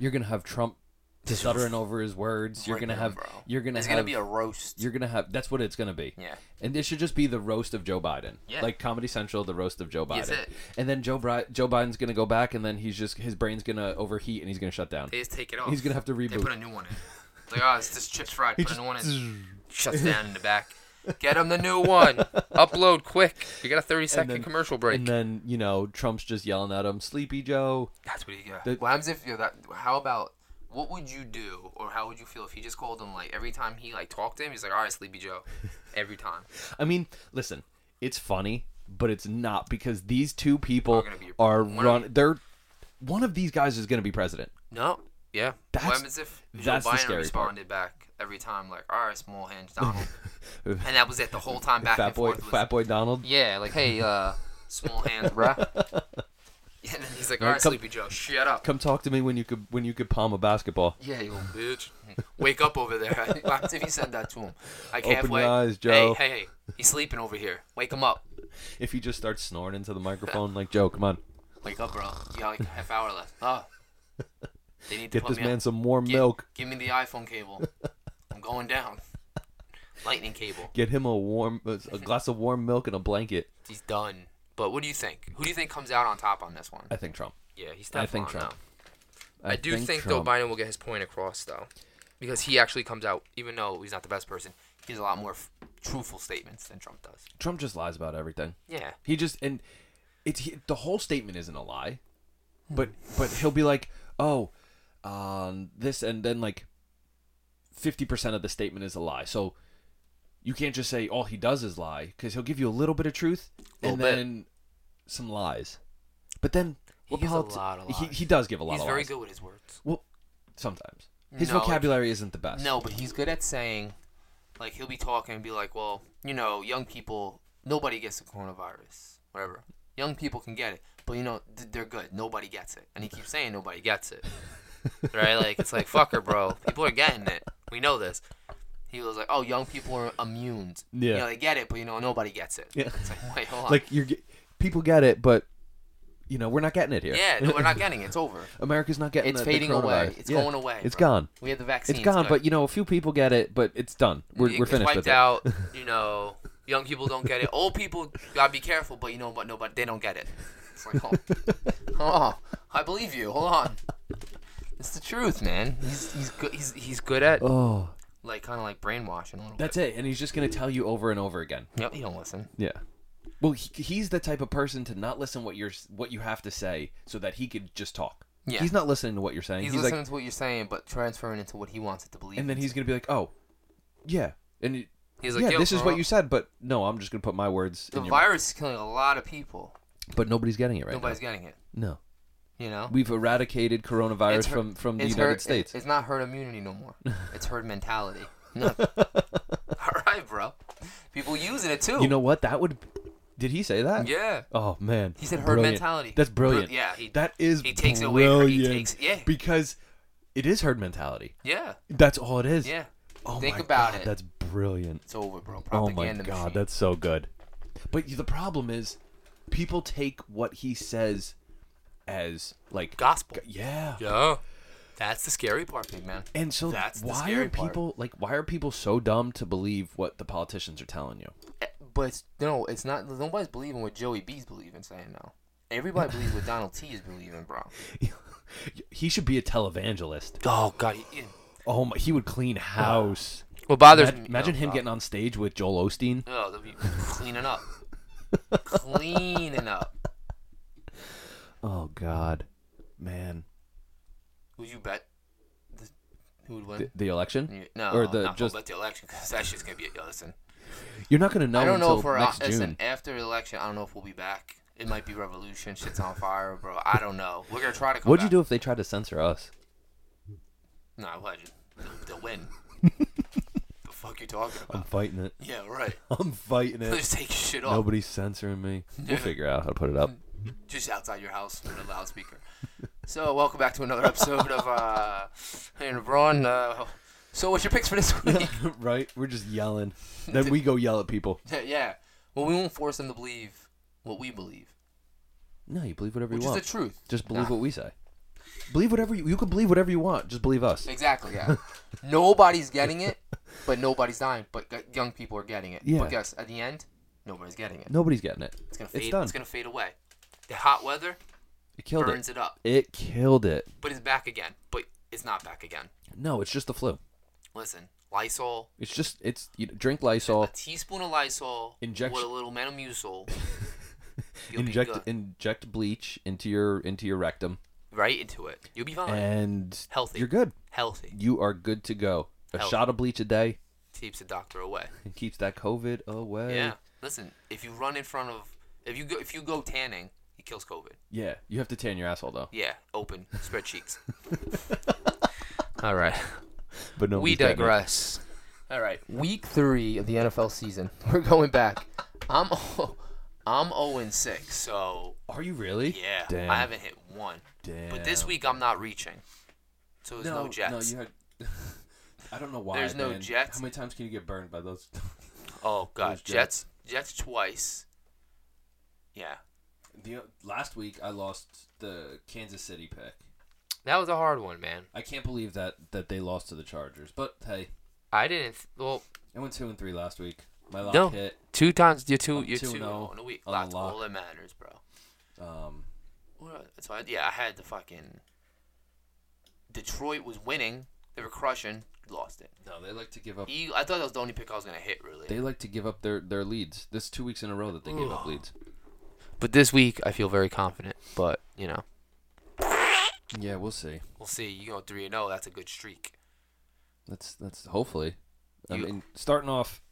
Speaker 1: You're gonna have Trump stuttering over his words. You're gonna
Speaker 2: Ripping,
Speaker 1: have
Speaker 2: bro.
Speaker 1: you're gonna
Speaker 2: It's
Speaker 1: have
Speaker 2: gonna be a roast.
Speaker 1: you're gonna have that's what it's gonna be.
Speaker 2: Yeah.
Speaker 1: And it should just be the roast of Joe Biden.
Speaker 2: Yeah.
Speaker 1: Like Comedy Central, the roast of Joe Biden.
Speaker 2: That's it.
Speaker 1: And then Joe Bri- Joe Biden's gonna go back, and then he's just his brain's gonna overheat, and he's gonna shut down.
Speaker 2: They just take it off.
Speaker 1: He's gonna have to
Speaker 2: They
Speaker 1: reboot.
Speaker 2: put a new one in. Like, oh, it's just chips fried. Put a new one in. Shuts down in the back. Get him the new one. Upload quick. You got a 30 second
Speaker 1: then-
Speaker 2: commercial break.
Speaker 1: And then you know Trump's just yelling at him, "Sleepy Joe."
Speaker 2: That's what he got.
Speaker 1: the-
Speaker 2: What happens if you that? How about what would you do or how would you feel if he just called him like every time he like talked to him? He's like, all right, Sleepy Joe. Every time.
Speaker 1: I mean, listen, it's funny, but it's not because these two people
Speaker 2: gonna be-
Speaker 1: are
Speaker 2: one of
Speaker 1: run.
Speaker 2: them-
Speaker 1: they're one of these guys is going to be president.
Speaker 2: No. Yeah. what
Speaker 1: That's-
Speaker 2: happens if Joe
Speaker 1: that's the
Speaker 2: Biden
Speaker 1: scary part.
Speaker 2: responded back every time like, all right, small hands Donald, and that was it the whole time back
Speaker 1: Fat
Speaker 2: and
Speaker 1: boy,
Speaker 2: forth. was-
Speaker 1: fat boy Donald.
Speaker 2: Yeah, like, hey, uh, small hands, bruh. Yeah, and then he's like, all right,
Speaker 1: come-
Speaker 2: Sleepy Joe, shut up.
Speaker 1: Come talk to me when you could when you could palm a basketball.
Speaker 2: Yeah, you little bitch. Wake up over there. What happens if you said that to him? I can't
Speaker 1: Open your
Speaker 2: wait.
Speaker 1: eyes, Joe.
Speaker 2: Hey, hey, hey. He's sleeping over here. Wake him up.
Speaker 1: If he just starts snoring into the microphone, like Joe, come on,
Speaker 2: Wake up, bro. You got like a half hour left. Oh. They need to
Speaker 1: get
Speaker 2: put
Speaker 1: this
Speaker 2: me
Speaker 1: man
Speaker 2: up.
Speaker 1: some warm
Speaker 2: Gi-
Speaker 1: milk.
Speaker 2: Give me the iPhone cable. I'm going down. Lightning cable.
Speaker 1: Get him a warm a a glass of warm milk and a blanket.
Speaker 2: He's done. But what do you think? Who do you think comes out on top on this one?
Speaker 1: I think Trump.
Speaker 2: Yeah, he's
Speaker 1: I
Speaker 2: definitely
Speaker 1: think
Speaker 2: on
Speaker 1: Trump.
Speaker 2: now. I do think,
Speaker 1: Trump.
Speaker 2: though Biden will get his point across though, because he actually comes out, even though he's not the best person, he has a lot more f- truthful statements than Trump does.
Speaker 1: Trump just lies about everything.
Speaker 2: Yeah,
Speaker 1: He just and it's he, the whole statement isn't a lie, but but he'll be like, oh, um, this and then like fifty percent of the statement is a lie. So you can't just say all he does is lie because he'll give you a little bit of truth
Speaker 2: Little
Speaker 1: and
Speaker 2: bit.
Speaker 1: then some lies. But then
Speaker 2: He gives
Speaker 1: politi-
Speaker 2: a lot of lies.
Speaker 1: He, he does give a lot
Speaker 2: He's
Speaker 1: of
Speaker 2: very
Speaker 1: lies.
Speaker 2: good with his words.
Speaker 1: Well, sometimes his
Speaker 2: No,
Speaker 1: vocabulary isn't the best.
Speaker 2: No, but he's good at saying, like he'll be talking and be like, well, you know, young people, nobody gets the coronavirus, whatever. Young people can get it, but you know, th- they're good. Nobody gets it, and he keeps saying nobody gets it, right? Like it's like fucker, bro. People are getting it. We know this. He was like, oh, young people are immune.
Speaker 1: Yeah.
Speaker 2: You know, they get it, but you know, nobody gets it.
Speaker 1: Yeah.
Speaker 2: It's like, wait, hold on.
Speaker 1: like you're ge- people get it, but you know we're not getting it here.
Speaker 2: yeah, no, we're not getting it. It's over.
Speaker 1: America's not getting.
Speaker 2: It's
Speaker 1: the- the
Speaker 2: fading away.
Speaker 1: coronavirus.
Speaker 2: It's
Speaker 1: Yeah.
Speaker 2: going away.
Speaker 1: It's
Speaker 2: bro.
Speaker 1: gone.
Speaker 2: We had the vaccine.
Speaker 1: It's gone.
Speaker 2: good.
Speaker 1: But you know, a few people get it, but it's done. We're,
Speaker 2: It
Speaker 1: we're
Speaker 2: gets
Speaker 1: finished
Speaker 2: wiped
Speaker 1: with it.
Speaker 2: out. You know, young people don't get it. Old people gotta be careful, but you know, but no, but they don't get it. It's like, oh, oh, I believe you. Hold on, it's the truth, man. He's he's good. He's he's good at
Speaker 1: Oh,
Speaker 2: like kind of like brainwashing a little
Speaker 1: that's it. And he's just gonna tell you over and over again.
Speaker 2: bit. Yep, he don't listen.
Speaker 1: Yeah. Well, he, he's the type of person to not listen what you're what you have to say, so that he could just talk.
Speaker 2: Yeah.
Speaker 1: He's not listening to what you're saying.
Speaker 2: He's,
Speaker 1: He's,
Speaker 2: listening
Speaker 1: like,
Speaker 2: to what you're saying, but transferring into what he wants it to believe.
Speaker 1: and then he's gonna be like, oh, yeah, and it-
Speaker 2: He's like,
Speaker 1: yeah,
Speaker 2: "Yo,
Speaker 1: this is
Speaker 2: bro,
Speaker 1: what you said, but no, I'm just gonna put my words.
Speaker 2: The
Speaker 1: in your mouth."
Speaker 2: virus is killing a lot of people.
Speaker 1: But nobody's getting it right
Speaker 2: Nobody's getting it.
Speaker 1: now. No,
Speaker 2: You know.
Speaker 1: we've eradicated coronavirus
Speaker 2: her-
Speaker 1: from from the
Speaker 2: it's
Speaker 1: United
Speaker 2: herd-
Speaker 1: States.
Speaker 2: it- it's not herd immunity no more. It's herd mentality. No. All right, bro. People using it too.
Speaker 1: you know what? That would. Did he say that?
Speaker 2: Yeah.
Speaker 1: Oh man.
Speaker 2: He said herd
Speaker 1: Brilliant.
Speaker 2: mentality.
Speaker 1: That's brilliant.
Speaker 2: Br- yeah, he-
Speaker 1: that is.
Speaker 2: he takes it away
Speaker 1: brilliant.
Speaker 2: from- he takes- yeah.
Speaker 1: Because it is herd mentality.
Speaker 2: Yeah.
Speaker 1: That's all it is.
Speaker 2: Yeah.
Speaker 1: Oh
Speaker 2: Think
Speaker 1: my
Speaker 2: about
Speaker 1: God,
Speaker 2: it.
Speaker 1: That's brilliant.
Speaker 2: It's over, bro.
Speaker 1: Oh my
Speaker 2: Propaganda
Speaker 1: god,
Speaker 2: machine.
Speaker 1: that's so good. But the problem is, people take what he says as like
Speaker 2: gospel.
Speaker 1: yeah.
Speaker 2: Yeah. That's the scary part, big man.
Speaker 1: And so
Speaker 2: That's the
Speaker 1: why
Speaker 2: scary
Speaker 1: are
Speaker 2: part.
Speaker 1: people like why are people so dumb to believe what the politicians are telling you?
Speaker 2: Eh, But it's, no, it's not. Nobody's believing what Joey B's believing, saying no. Everybody believes what Donald T is believing, bro.
Speaker 1: He should be a televangelist.
Speaker 2: Oh God. he-
Speaker 1: Oh my, he would clean house.
Speaker 2: What bothers
Speaker 1: Imagine,
Speaker 2: me?
Speaker 1: imagine
Speaker 2: oh,
Speaker 1: him
Speaker 2: God.
Speaker 1: getting on stage with Joel Osteen.
Speaker 2: Oh, they'll be cleaning up. cleaning up.
Speaker 1: Oh god, man,
Speaker 2: Would you bet the, who would win?
Speaker 1: the, the election.
Speaker 2: You- No,
Speaker 1: or the
Speaker 2: not
Speaker 1: just
Speaker 2: about the election because that shit's gonna be. yo, Listen,
Speaker 1: you're not gonna know
Speaker 2: I don't know
Speaker 1: until
Speaker 2: if we're
Speaker 1: next June.
Speaker 2: listen after the election. I don't know if we'll be back. It might be revolution. Shit's on fire, bro. I don't know. We're gonna try to. Come
Speaker 1: What'd you do if they tried to censor us?
Speaker 2: do? Nah, what? They'll- They'll win. the fuck you talking about?
Speaker 1: I'm fighting it.
Speaker 2: Yeah, right.
Speaker 1: I'm fighting
Speaker 2: They'll
Speaker 1: it.
Speaker 2: just take your shit off.
Speaker 1: Nobody's censoring me. We'll figure out how to put it up.
Speaker 2: just outside your house with a loudspeaker. so, welcome back to another episode of uh, Hey Braun. Uh, so, what's your picks for this week?
Speaker 1: right? We're just yelling. Then we go yell at people.
Speaker 2: yeah. Well, we won't force them to believe what we believe,
Speaker 1: No, you believe whatever
Speaker 2: which
Speaker 1: you
Speaker 2: is
Speaker 1: want.
Speaker 2: the truth.
Speaker 1: Just believe what we say. Believe whatever you, you can believe whatever you want. Just believe us.
Speaker 2: Exactly. Yeah. nobody's getting it, but nobody's dying. But g- young people are getting it.
Speaker 1: Yeah.
Speaker 2: But guess at the end, nobody's getting it.
Speaker 1: Nobody's getting it.
Speaker 2: It's gonna
Speaker 1: It's
Speaker 2: fade. It's,
Speaker 1: done.
Speaker 2: gonna fade away. The hot weather
Speaker 1: It killed
Speaker 2: burns
Speaker 1: it.
Speaker 2: it. up,
Speaker 1: It killed it.
Speaker 2: but it's back again. But it's not back again.
Speaker 1: No, it's just the flu.
Speaker 2: Listen, Lysol.
Speaker 1: It's just it's you know, drink
Speaker 2: A
Speaker 1: Lysol,
Speaker 2: teaspoon of Lysol with a
Speaker 1: Injection-
Speaker 2: little Metamucil. You'll be
Speaker 1: inject
Speaker 2: good.
Speaker 1: inject bleach into your into your rectum,
Speaker 2: right into it. You'll be fine.
Speaker 1: and
Speaker 2: Healthy.
Speaker 1: You're good.
Speaker 2: Healthy.
Speaker 1: You are good to go. A
Speaker 2: Healthy.
Speaker 1: shot of bleach a day
Speaker 2: Keeps the doctor away.
Speaker 1: and keeps that COVID away.
Speaker 2: Yeah. Listen, if you run in front of, if you go, if you go tanning, it kills COVID.
Speaker 1: Yeah, you have to tan your asshole though.
Speaker 2: Yeah, open spread cheeks. All right,
Speaker 1: But no,
Speaker 2: we digress. All right, week three of the NFL season. We're going back. I'm o- I'm zero and six, so
Speaker 1: Are you really?
Speaker 2: yeah,
Speaker 1: Damn.
Speaker 2: I haven't hit one.
Speaker 1: Damn.
Speaker 2: But this week I'm not reaching, so there's no, Jets.
Speaker 1: No, you had. I don't know why.
Speaker 2: There's no
Speaker 1: man.
Speaker 2: Jets.
Speaker 1: How many times can you get burned by those?
Speaker 2: oh god,
Speaker 1: There's
Speaker 2: Jets, Jets twice. Yeah,
Speaker 1: the last week I lost the Kansas City pick.
Speaker 2: that was a hard one, man.
Speaker 1: I can't believe that that they lost to the Chargers. But hey,
Speaker 2: I didn't. Th- well,
Speaker 1: I went two and three last week. My lock
Speaker 2: No.
Speaker 1: hit.
Speaker 2: two times you're two. You're
Speaker 1: two
Speaker 2: two.
Speaker 1: and oh
Speaker 2: on the week.
Speaker 1: on the
Speaker 2: That's
Speaker 1: lock.
Speaker 2: all that matters, bro.
Speaker 1: Um,
Speaker 2: Well, So I, yeah, I had the fucking. Detroit was winning. They were crushing. Lost it.
Speaker 1: no, they like to give up.
Speaker 2: E- I thought that was the only pick I was gonna hit, really.
Speaker 1: They like to give up their their leads. This is two weeks in a row that they gave up leads.
Speaker 2: but this week, I feel very confident. But you know,
Speaker 1: Yeah, we'll see.
Speaker 2: we'll see. You go three and zero. That's a good streak.
Speaker 1: That's that's hopefully. I
Speaker 2: You-
Speaker 1: mean, starting off.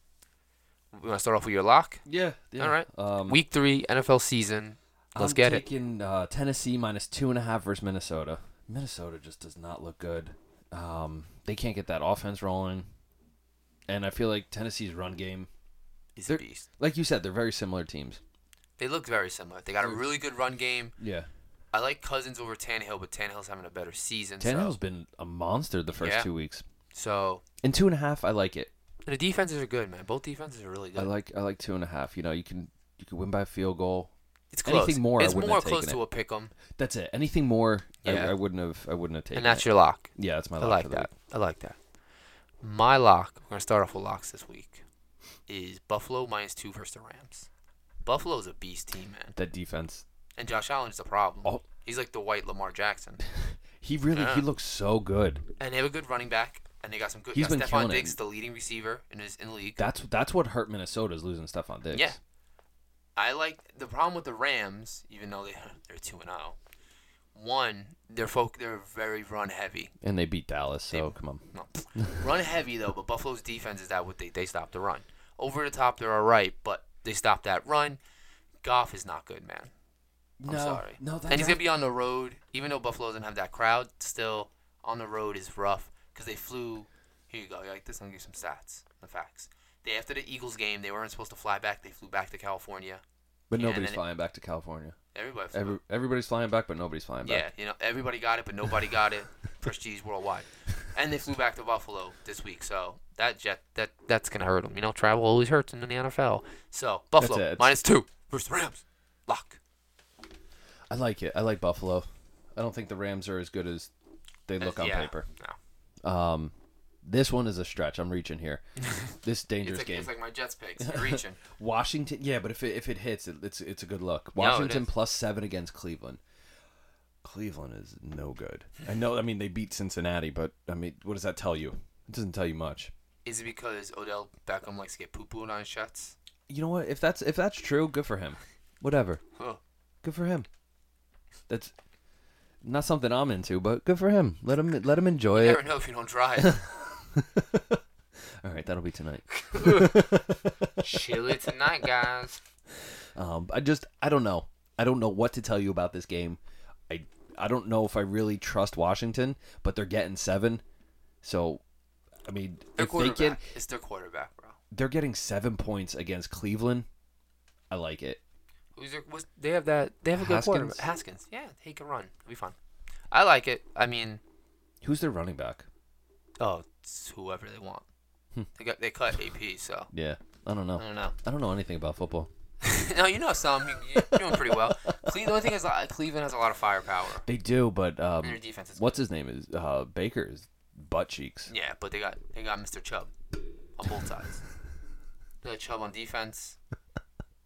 Speaker 2: We want to start off with your lock.
Speaker 1: Yeah. yeah.
Speaker 2: All right.
Speaker 1: Um,
Speaker 2: week three NFL season. Let's
Speaker 1: I'm
Speaker 2: get it.
Speaker 1: taking, Uh, Tennessee minus two and a half versus Minnesota. Minnesota just does not look good. Um, they can't get that offense rolling, and I feel like Tennessee's run game,
Speaker 2: He's
Speaker 1: They're-
Speaker 2: a beast.
Speaker 1: like you said, they're very similar teams.
Speaker 2: They look very similar. They got a really good run game.
Speaker 1: Yeah,
Speaker 2: I like Cousins over Tannehill, but Tannehill's having a better season.
Speaker 1: Tannehill's
Speaker 2: So,
Speaker 1: been a monster the first
Speaker 2: Yeah.
Speaker 1: two weeks.
Speaker 2: so
Speaker 1: And two and a half, I like it.
Speaker 2: and the defenses are good, man. Both defenses are really
Speaker 1: I
Speaker 2: good.
Speaker 1: like I like two and a half. You know, you can you can win by a field goal.
Speaker 2: it's
Speaker 1: anything
Speaker 2: close.
Speaker 1: more, I
Speaker 2: it's
Speaker 1: wouldn't
Speaker 2: more
Speaker 1: have taken
Speaker 2: close to
Speaker 1: it.
Speaker 2: a pick 'em,
Speaker 1: That's it. Anything more,
Speaker 2: Yeah.
Speaker 1: I, I wouldn't have I wouldn't have taken.
Speaker 2: and that's
Speaker 1: it.
Speaker 2: your lock.
Speaker 1: yeah, that's my
Speaker 2: I
Speaker 1: lock
Speaker 2: like
Speaker 1: for the
Speaker 2: that. I like that. My lock. We're gonna start off with locks this week. Is Buffalo minus two versus the Rams. Buffalo's a beast team, man,
Speaker 1: week. That defense,
Speaker 2: and Josh Allen is the problem.
Speaker 1: Oh.
Speaker 2: He's like the white Lamar Jackson,
Speaker 1: he really
Speaker 2: Yeah.
Speaker 1: he looks so good.
Speaker 2: and they have a good running back, and they got some good.
Speaker 1: He's
Speaker 2: got
Speaker 1: been
Speaker 2: Stephon
Speaker 1: killing it.
Speaker 2: Diggs, the leading receiver in his in the league.
Speaker 1: That's that's what hurt Minnesota's losing stuff on Diggs.
Speaker 2: Yeah. I like the problem with the Rams, even though they they're two and zero. One, they're folk they're very run heavy.
Speaker 1: and they beat Dallas. So
Speaker 2: They-
Speaker 1: come on.
Speaker 2: No, run heavy though, but Buffalo's defense is that what they they stop the run. Over the top, they're all right, but they stop that run. Goff is not good, man. I'm sorry.
Speaker 1: no,
Speaker 2: and he's gonna be on the road, even though Buffalo doesn't have that crowd. Still, on the road is rough because they flew. Here you go. You like this? I'm gonna give you some stats, and facts. They after the Eagles game, they weren't supposed to fly back. They flew back to California.
Speaker 1: but
Speaker 2: yeah, and
Speaker 1: nobody's
Speaker 2: then it-
Speaker 1: flying back to California.
Speaker 2: Everybody flew
Speaker 1: Every, everybody's flying back, but nobody's flying back.
Speaker 2: Yeah, you know, everybody got it, but nobody got it. Prestige worldwide, and they flew back to Buffalo this week, so that jet that that's gonna hurt them. You know, travel always hurts in the NFL. So
Speaker 1: it,
Speaker 2: Buffalo
Speaker 1: it's-
Speaker 2: minus two versus the Rams. Lock.
Speaker 1: I like it. I like Buffalo. I don't think the Rams are as good as they look on
Speaker 2: Uh, Yeah,
Speaker 1: paper.
Speaker 2: No.
Speaker 1: Um, this one is a stretch. I'm reaching here. this dangerous
Speaker 2: It's like,
Speaker 1: game.
Speaker 2: it's like my Jets picks. You're reaching.
Speaker 1: Washington, yeah, but if it, if it hits, it, it's it's a good look.
Speaker 2: No, it
Speaker 1: Washington
Speaker 2: is.
Speaker 1: plus seven against Cleveland. Cleveland is no good. I know. I mean, they beat Cincinnati, but I mean, what does that tell you? It doesn't tell you much.
Speaker 2: Is it because Odell Beckham likes to get poo pooed on his shots?
Speaker 1: You know what? If that's if that's true, good for him. Whatever.
Speaker 2: Huh.
Speaker 1: Good for him. That's not something I'm into, but good for him. Let him let him enjoy
Speaker 2: You
Speaker 1: it.
Speaker 2: never know if you don't try.
Speaker 1: All right, that'll be tonight.
Speaker 2: Chill it tonight, guys.
Speaker 1: Um, I just I don't know. I don't know what to tell you about this game. I I don't know if I really trust Washington, but they're getting seven. So, I mean,
Speaker 2: Their
Speaker 1: if they
Speaker 2: quarterback.
Speaker 1: get
Speaker 2: It's their quarterback, bro.
Speaker 1: they're getting seven points against Cleveland, I like it.
Speaker 2: Who's their, what's, they have that. They have a good
Speaker 1: Haskins?
Speaker 2: quarterback. Haskins. Yeah, he can run. It'll be fun. I like it. I mean,
Speaker 1: Who's their running back?
Speaker 2: oh, it's whoever they want.
Speaker 1: Hmm.
Speaker 2: they got they cut AP, so
Speaker 1: Yeah, I don't know.
Speaker 2: I don't know.
Speaker 1: I don't know anything about football.
Speaker 2: no, you know some. You, you're doing pretty well. Cle- the only thing is, uh, Cleveland has a lot of firepower.
Speaker 1: They do, but um,
Speaker 2: And their defense is
Speaker 1: what's his name is uh, Baker is butt cheeks.
Speaker 2: Yeah, but they got they got Mr. Chubb on both sides. they got Chubb on defense.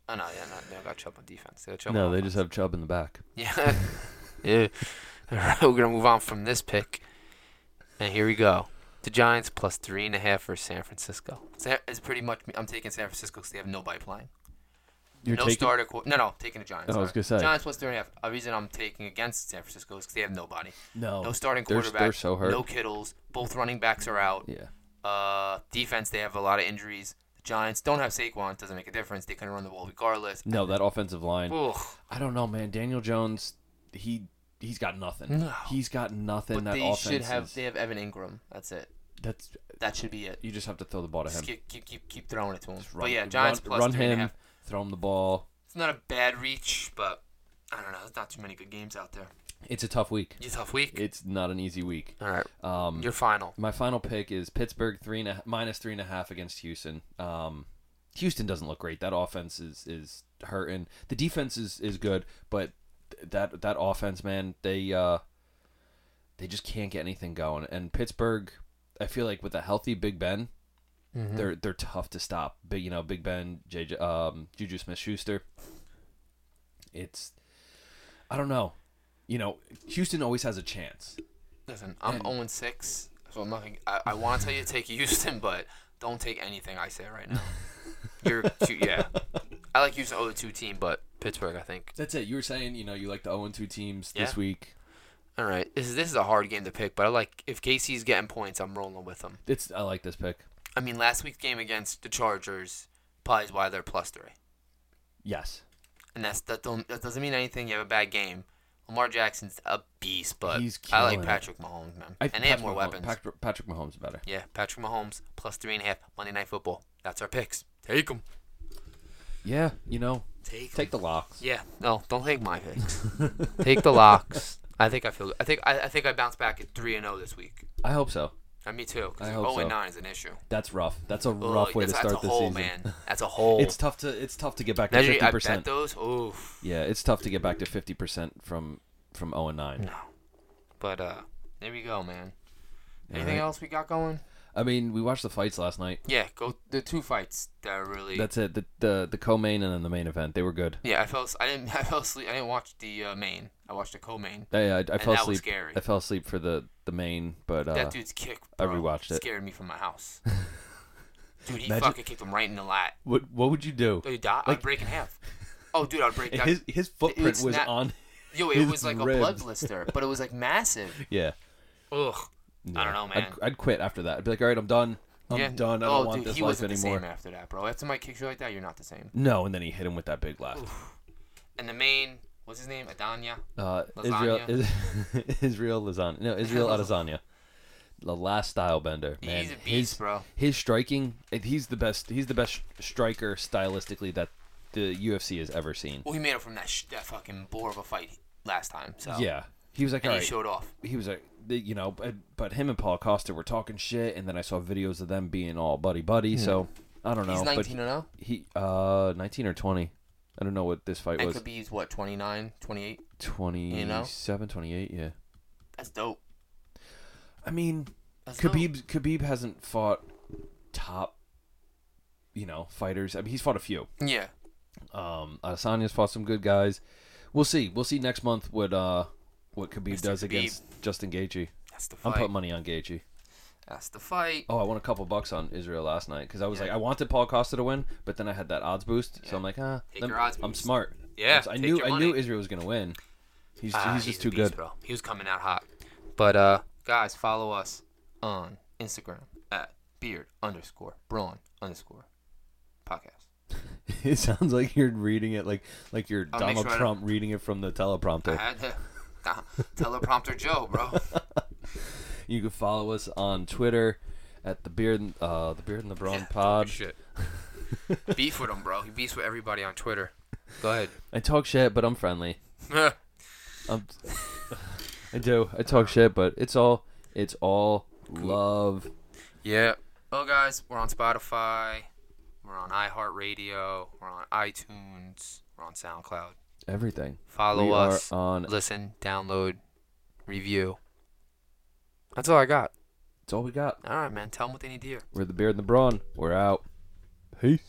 Speaker 2: Oh no, yeah, no, they don't got Chubb on defense. They got Chubb
Speaker 1: No,
Speaker 2: on
Speaker 1: they
Speaker 2: offense.
Speaker 1: just have Chubb in the back.
Speaker 2: Yeah. yeah. All right, we're gonna move on from this pick, and here we go. The Giants plus three and a half for San Francisco. Sa- It's pretty much I'm taking San Francisco because they have nobody playing.
Speaker 1: You're
Speaker 2: no
Speaker 1: taking
Speaker 2: starter. Qu- no, no, taking the Giants.
Speaker 1: Oh, I was
Speaker 2: sorry.
Speaker 1: gonna say.
Speaker 2: Giants plus three and a half. A reason I'm taking against San Francisco is because they have nobody.
Speaker 1: no,
Speaker 2: no starting
Speaker 1: Oh. they're-
Speaker 2: quarterback.
Speaker 1: They're so hurt.
Speaker 2: No Kittles. Both running backs are out.
Speaker 1: Yeah,
Speaker 2: Uh, defense they have a lot of injuries. The Giants don't have Saquon. Doesn't make a difference. They couldn't run the ball regardless.
Speaker 1: no, that offensive line.
Speaker 2: Ugh.
Speaker 1: I don't know, man. Daniel Jones, he he's got nothing.
Speaker 2: No.
Speaker 1: He's got nothing.
Speaker 2: But
Speaker 1: that
Speaker 2: they
Speaker 1: offense
Speaker 2: should have.
Speaker 1: is-
Speaker 2: They have Evan Ingram. That's it.
Speaker 1: that's
Speaker 2: That should be it.
Speaker 1: you just have to throw the ball to him.
Speaker 2: Just keep, keep, keep, keep throwing it to him.
Speaker 1: Just
Speaker 2: but yeah, Giants
Speaker 1: run,
Speaker 2: plus
Speaker 1: run
Speaker 2: three
Speaker 1: him,
Speaker 2: and a half.
Speaker 1: throw him the ball.
Speaker 2: It's not a bad reach, but I don't know. There's not too many good games out there.
Speaker 1: It's a tough week.
Speaker 2: It's a tough week.
Speaker 1: It's not an easy week.
Speaker 2: All right,
Speaker 1: Um,
Speaker 2: your final.
Speaker 1: my final pick is Pittsburgh three and a, minus three and a half against Houston. Um, Houston doesn't look great. That offense is is hurting. The defense is is good, but th- that that offense, man, they uh, they just can't get anything going. And Pittsburgh, I feel like with a healthy Big Ben,
Speaker 2: Mm-hmm.
Speaker 1: they're they're tough to stop. But you know, Big Ben, JJ, um, Juju Smith Schuster. It's, I don't know, you know, Houston always has a chance.
Speaker 2: Listen, I'm
Speaker 1: and-
Speaker 2: 0 6, so I'm not. gonna- I, I want to tell you to take Houston, but don't take anything I say right now. You're too, yeah. I like Houston 0 2 team, but Pittsburgh, I think.
Speaker 1: That's it. You were saying, you know, you like the 0 2 teams this
Speaker 2: Yeah.
Speaker 1: week.
Speaker 2: All right, this is, this is a hard game to pick, but I like if KC's getting points, I'm rolling with him.
Speaker 1: It's I like this pick.
Speaker 2: I mean, last week's game against the Chargers probably is why they're plus three.
Speaker 1: Yes.
Speaker 2: and that's that don't that doesn't mean anything. You have a bad game. Lamar Jackson's a beast, but
Speaker 1: He's
Speaker 2: I
Speaker 1: killing
Speaker 2: like
Speaker 1: it.
Speaker 2: Patrick Mahomes, man,
Speaker 1: I,
Speaker 2: and they have
Speaker 1: Patrick
Speaker 2: more
Speaker 1: Mahomes-
Speaker 2: weapons.
Speaker 1: Patrick, Patrick Mahomes better.
Speaker 2: Yeah, Patrick Mahomes plus three and a half Monday Night Football. That's our picks. Take them.
Speaker 1: Yeah, you know,
Speaker 2: Take 'em.
Speaker 1: take the locks.
Speaker 2: Yeah, no, don't take my picks. take the locks. I think I feel. I think I, I think I bounce back at three and zero this week.
Speaker 1: I hope so.
Speaker 2: And me too.
Speaker 1: I
Speaker 2: Because
Speaker 1: hope
Speaker 2: zero and
Speaker 1: so.
Speaker 2: nine is an issue.
Speaker 1: That's rough. That's a
Speaker 2: Ugh,
Speaker 1: rough way to
Speaker 2: that's,
Speaker 1: start
Speaker 2: that's a
Speaker 1: this
Speaker 2: hole,
Speaker 1: season.
Speaker 2: man. That's a hole.
Speaker 1: It's tough to it's tough to get back to
Speaker 2: Measure-
Speaker 1: fifty
Speaker 2: I bet
Speaker 1: percent.
Speaker 2: those. Oof.
Speaker 1: Yeah, it's tough to get back to fifty percent from from zero and nine.
Speaker 2: No. But uh, there we go, man.
Speaker 1: All
Speaker 2: Anything
Speaker 1: right.
Speaker 2: else we got going?
Speaker 1: I mean, we watched the fights last night.
Speaker 2: Yeah, go the two fights that are really.
Speaker 1: That's it. The the, the co-main and then the main event. They were good.
Speaker 2: yeah, I fell. as- I didn't. I fell asleep. I didn't watch the uh, main. I watched the co-main.
Speaker 1: They, I, I fell
Speaker 2: that was
Speaker 1: asleep.
Speaker 2: scary.
Speaker 1: I fell asleep for the the main, but uh,
Speaker 2: That dude's kick.
Speaker 1: I
Speaker 2: Bro,
Speaker 1: rewatched it.
Speaker 2: Scared me from my house. Dude, he
Speaker 1: Imagine-
Speaker 2: fucking kicked him right in the lat.
Speaker 1: what what would you do?
Speaker 2: Oh, you die? I'd
Speaker 1: Like-
Speaker 2: break in half. Oh, dude, I'd break.
Speaker 1: His his footprint
Speaker 2: It's
Speaker 1: was
Speaker 2: not-
Speaker 1: on.
Speaker 2: yo, it
Speaker 1: his
Speaker 2: was like a blood
Speaker 1: ribs.
Speaker 2: blister, but it was like massive.
Speaker 1: Yeah.
Speaker 2: Ugh. I
Speaker 1: Yeah.
Speaker 2: don't know,
Speaker 1: I'd-
Speaker 2: man.
Speaker 1: I'd, quit after that. I'd be like, all right, I'm done. I'm
Speaker 2: yeah.
Speaker 1: done. I
Speaker 2: oh,
Speaker 1: don't want
Speaker 2: dude,
Speaker 1: this
Speaker 2: he
Speaker 1: life
Speaker 2: wasn't
Speaker 1: anymore.
Speaker 2: the same after that, bro. After my kicks you like that, you're not the same.
Speaker 1: no, and then he hit him with that big left.
Speaker 2: And the main, what's his name? Adanya.
Speaker 1: Uh, Israel,
Speaker 2: Lasagna.
Speaker 1: is, Israel lasagna. No, Israel lasagna. The last style bender, man.
Speaker 2: He's a beast,
Speaker 1: his,
Speaker 2: bro.
Speaker 1: His striking, he's the best. He's the best striker stylistically that the UFC has ever seen.
Speaker 2: Well, he made up from that sh- that fucking bore of a fight last time. So
Speaker 1: Yeah, he was like, all
Speaker 2: and
Speaker 1: right.
Speaker 2: he showed off.
Speaker 1: he was like, the- you know, but, but him and Paul Costa were talking shit, and then I saw videos of them being all buddy buddy. So I don't know,
Speaker 2: Hmm. He's
Speaker 1: but
Speaker 2: 19 and oh? 0.
Speaker 1: he uh 19 or 20. I don't know what this fight
Speaker 2: That
Speaker 1: was.
Speaker 2: could be he's what 29, 28.
Speaker 1: 27,
Speaker 2: you know?
Speaker 1: 28, yeah.
Speaker 2: That's dope.
Speaker 1: I mean,
Speaker 2: That's dope.
Speaker 1: Khabib Khabib hasn't fought top, you know, fighters. I mean, he's fought a few.
Speaker 2: Yeah.
Speaker 1: Um, Asanya's fought some good guys. We'll see. We'll see next month what uh what Khabib
Speaker 2: Mr.
Speaker 1: does
Speaker 2: Khabib.
Speaker 1: against Justin Gaethje.
Speaker 2: That's the
Speaker 1: I'm
Speaker 2: fight.
Speaker 1: putting money on Gaethje.
Speaker 2: That's the fight.
Speaker 1: Oh, I won a couple bucks on Israel last night because I was
Speaker 2: Yeah.
Speaker 1: like, I wanted Paul Costa to win, but then I had that odds boost, so I'm like, ah,
Speaker 2: Take
Speaker 1: lem-
Speaker 2: your odds
Speaker 1: I'm
Speaker 2: boost.
Speaker 1: smart.
Speaker 2: Yeah,
Speaker 1: So I
Speaker 2: take
Speaker 1: knew
Speaker 2: your
Speaker 1: I
Speaker 2: money.
Speaker 1: knew Israel was gonna win. He's
Speaker 2: Ah,
Speaker 1: he's just
Speaker 2: a
Speaker 1: too
Speaker 2: beast,
Speaker 1: good.
Speaker 2: bro. He was coming out hot. But uh, guys, follow us on Instagram at beard underscore brawn underscore podcast.
Speaker 1: It sounds like you're reading it like like you're
Speaker 2: I'll make
Speaker 1: Donald
Speaker 2: sure I
Speaker 1: Trump reading it from the teleprompter.
Speaker 2: I had to teleprompter Joe, bro.
Speaker 1: You can follow us on Twitter at the beard, uh, the beard and the brawn pod.
Speaker 2: Shit. beef with him, bro. He beefs with everybody on Twitter. Go ahead.
Speaker 1: I talk shit, but I'm friendly. I'm, I do. I talk shit, but it's all it's all love.
Speaker 2: yeah. Well, guys, we're on Spotify. We're on iHeartRadio. We're on iTunes. We're on SoundCloud.
Speaker 1: Everything.
Speaker 2: Follow
Speaker 1: we
Speaker 2: us.
Speaker 1: are on.
Speaker 2: Listen, download, review. That's all I got.
Speaker 1: It's all we got.
Speaker 2: All right, man. Tell them what they need to hear.
Speaker 1: We're the beard and the brawn. We're out. Peace.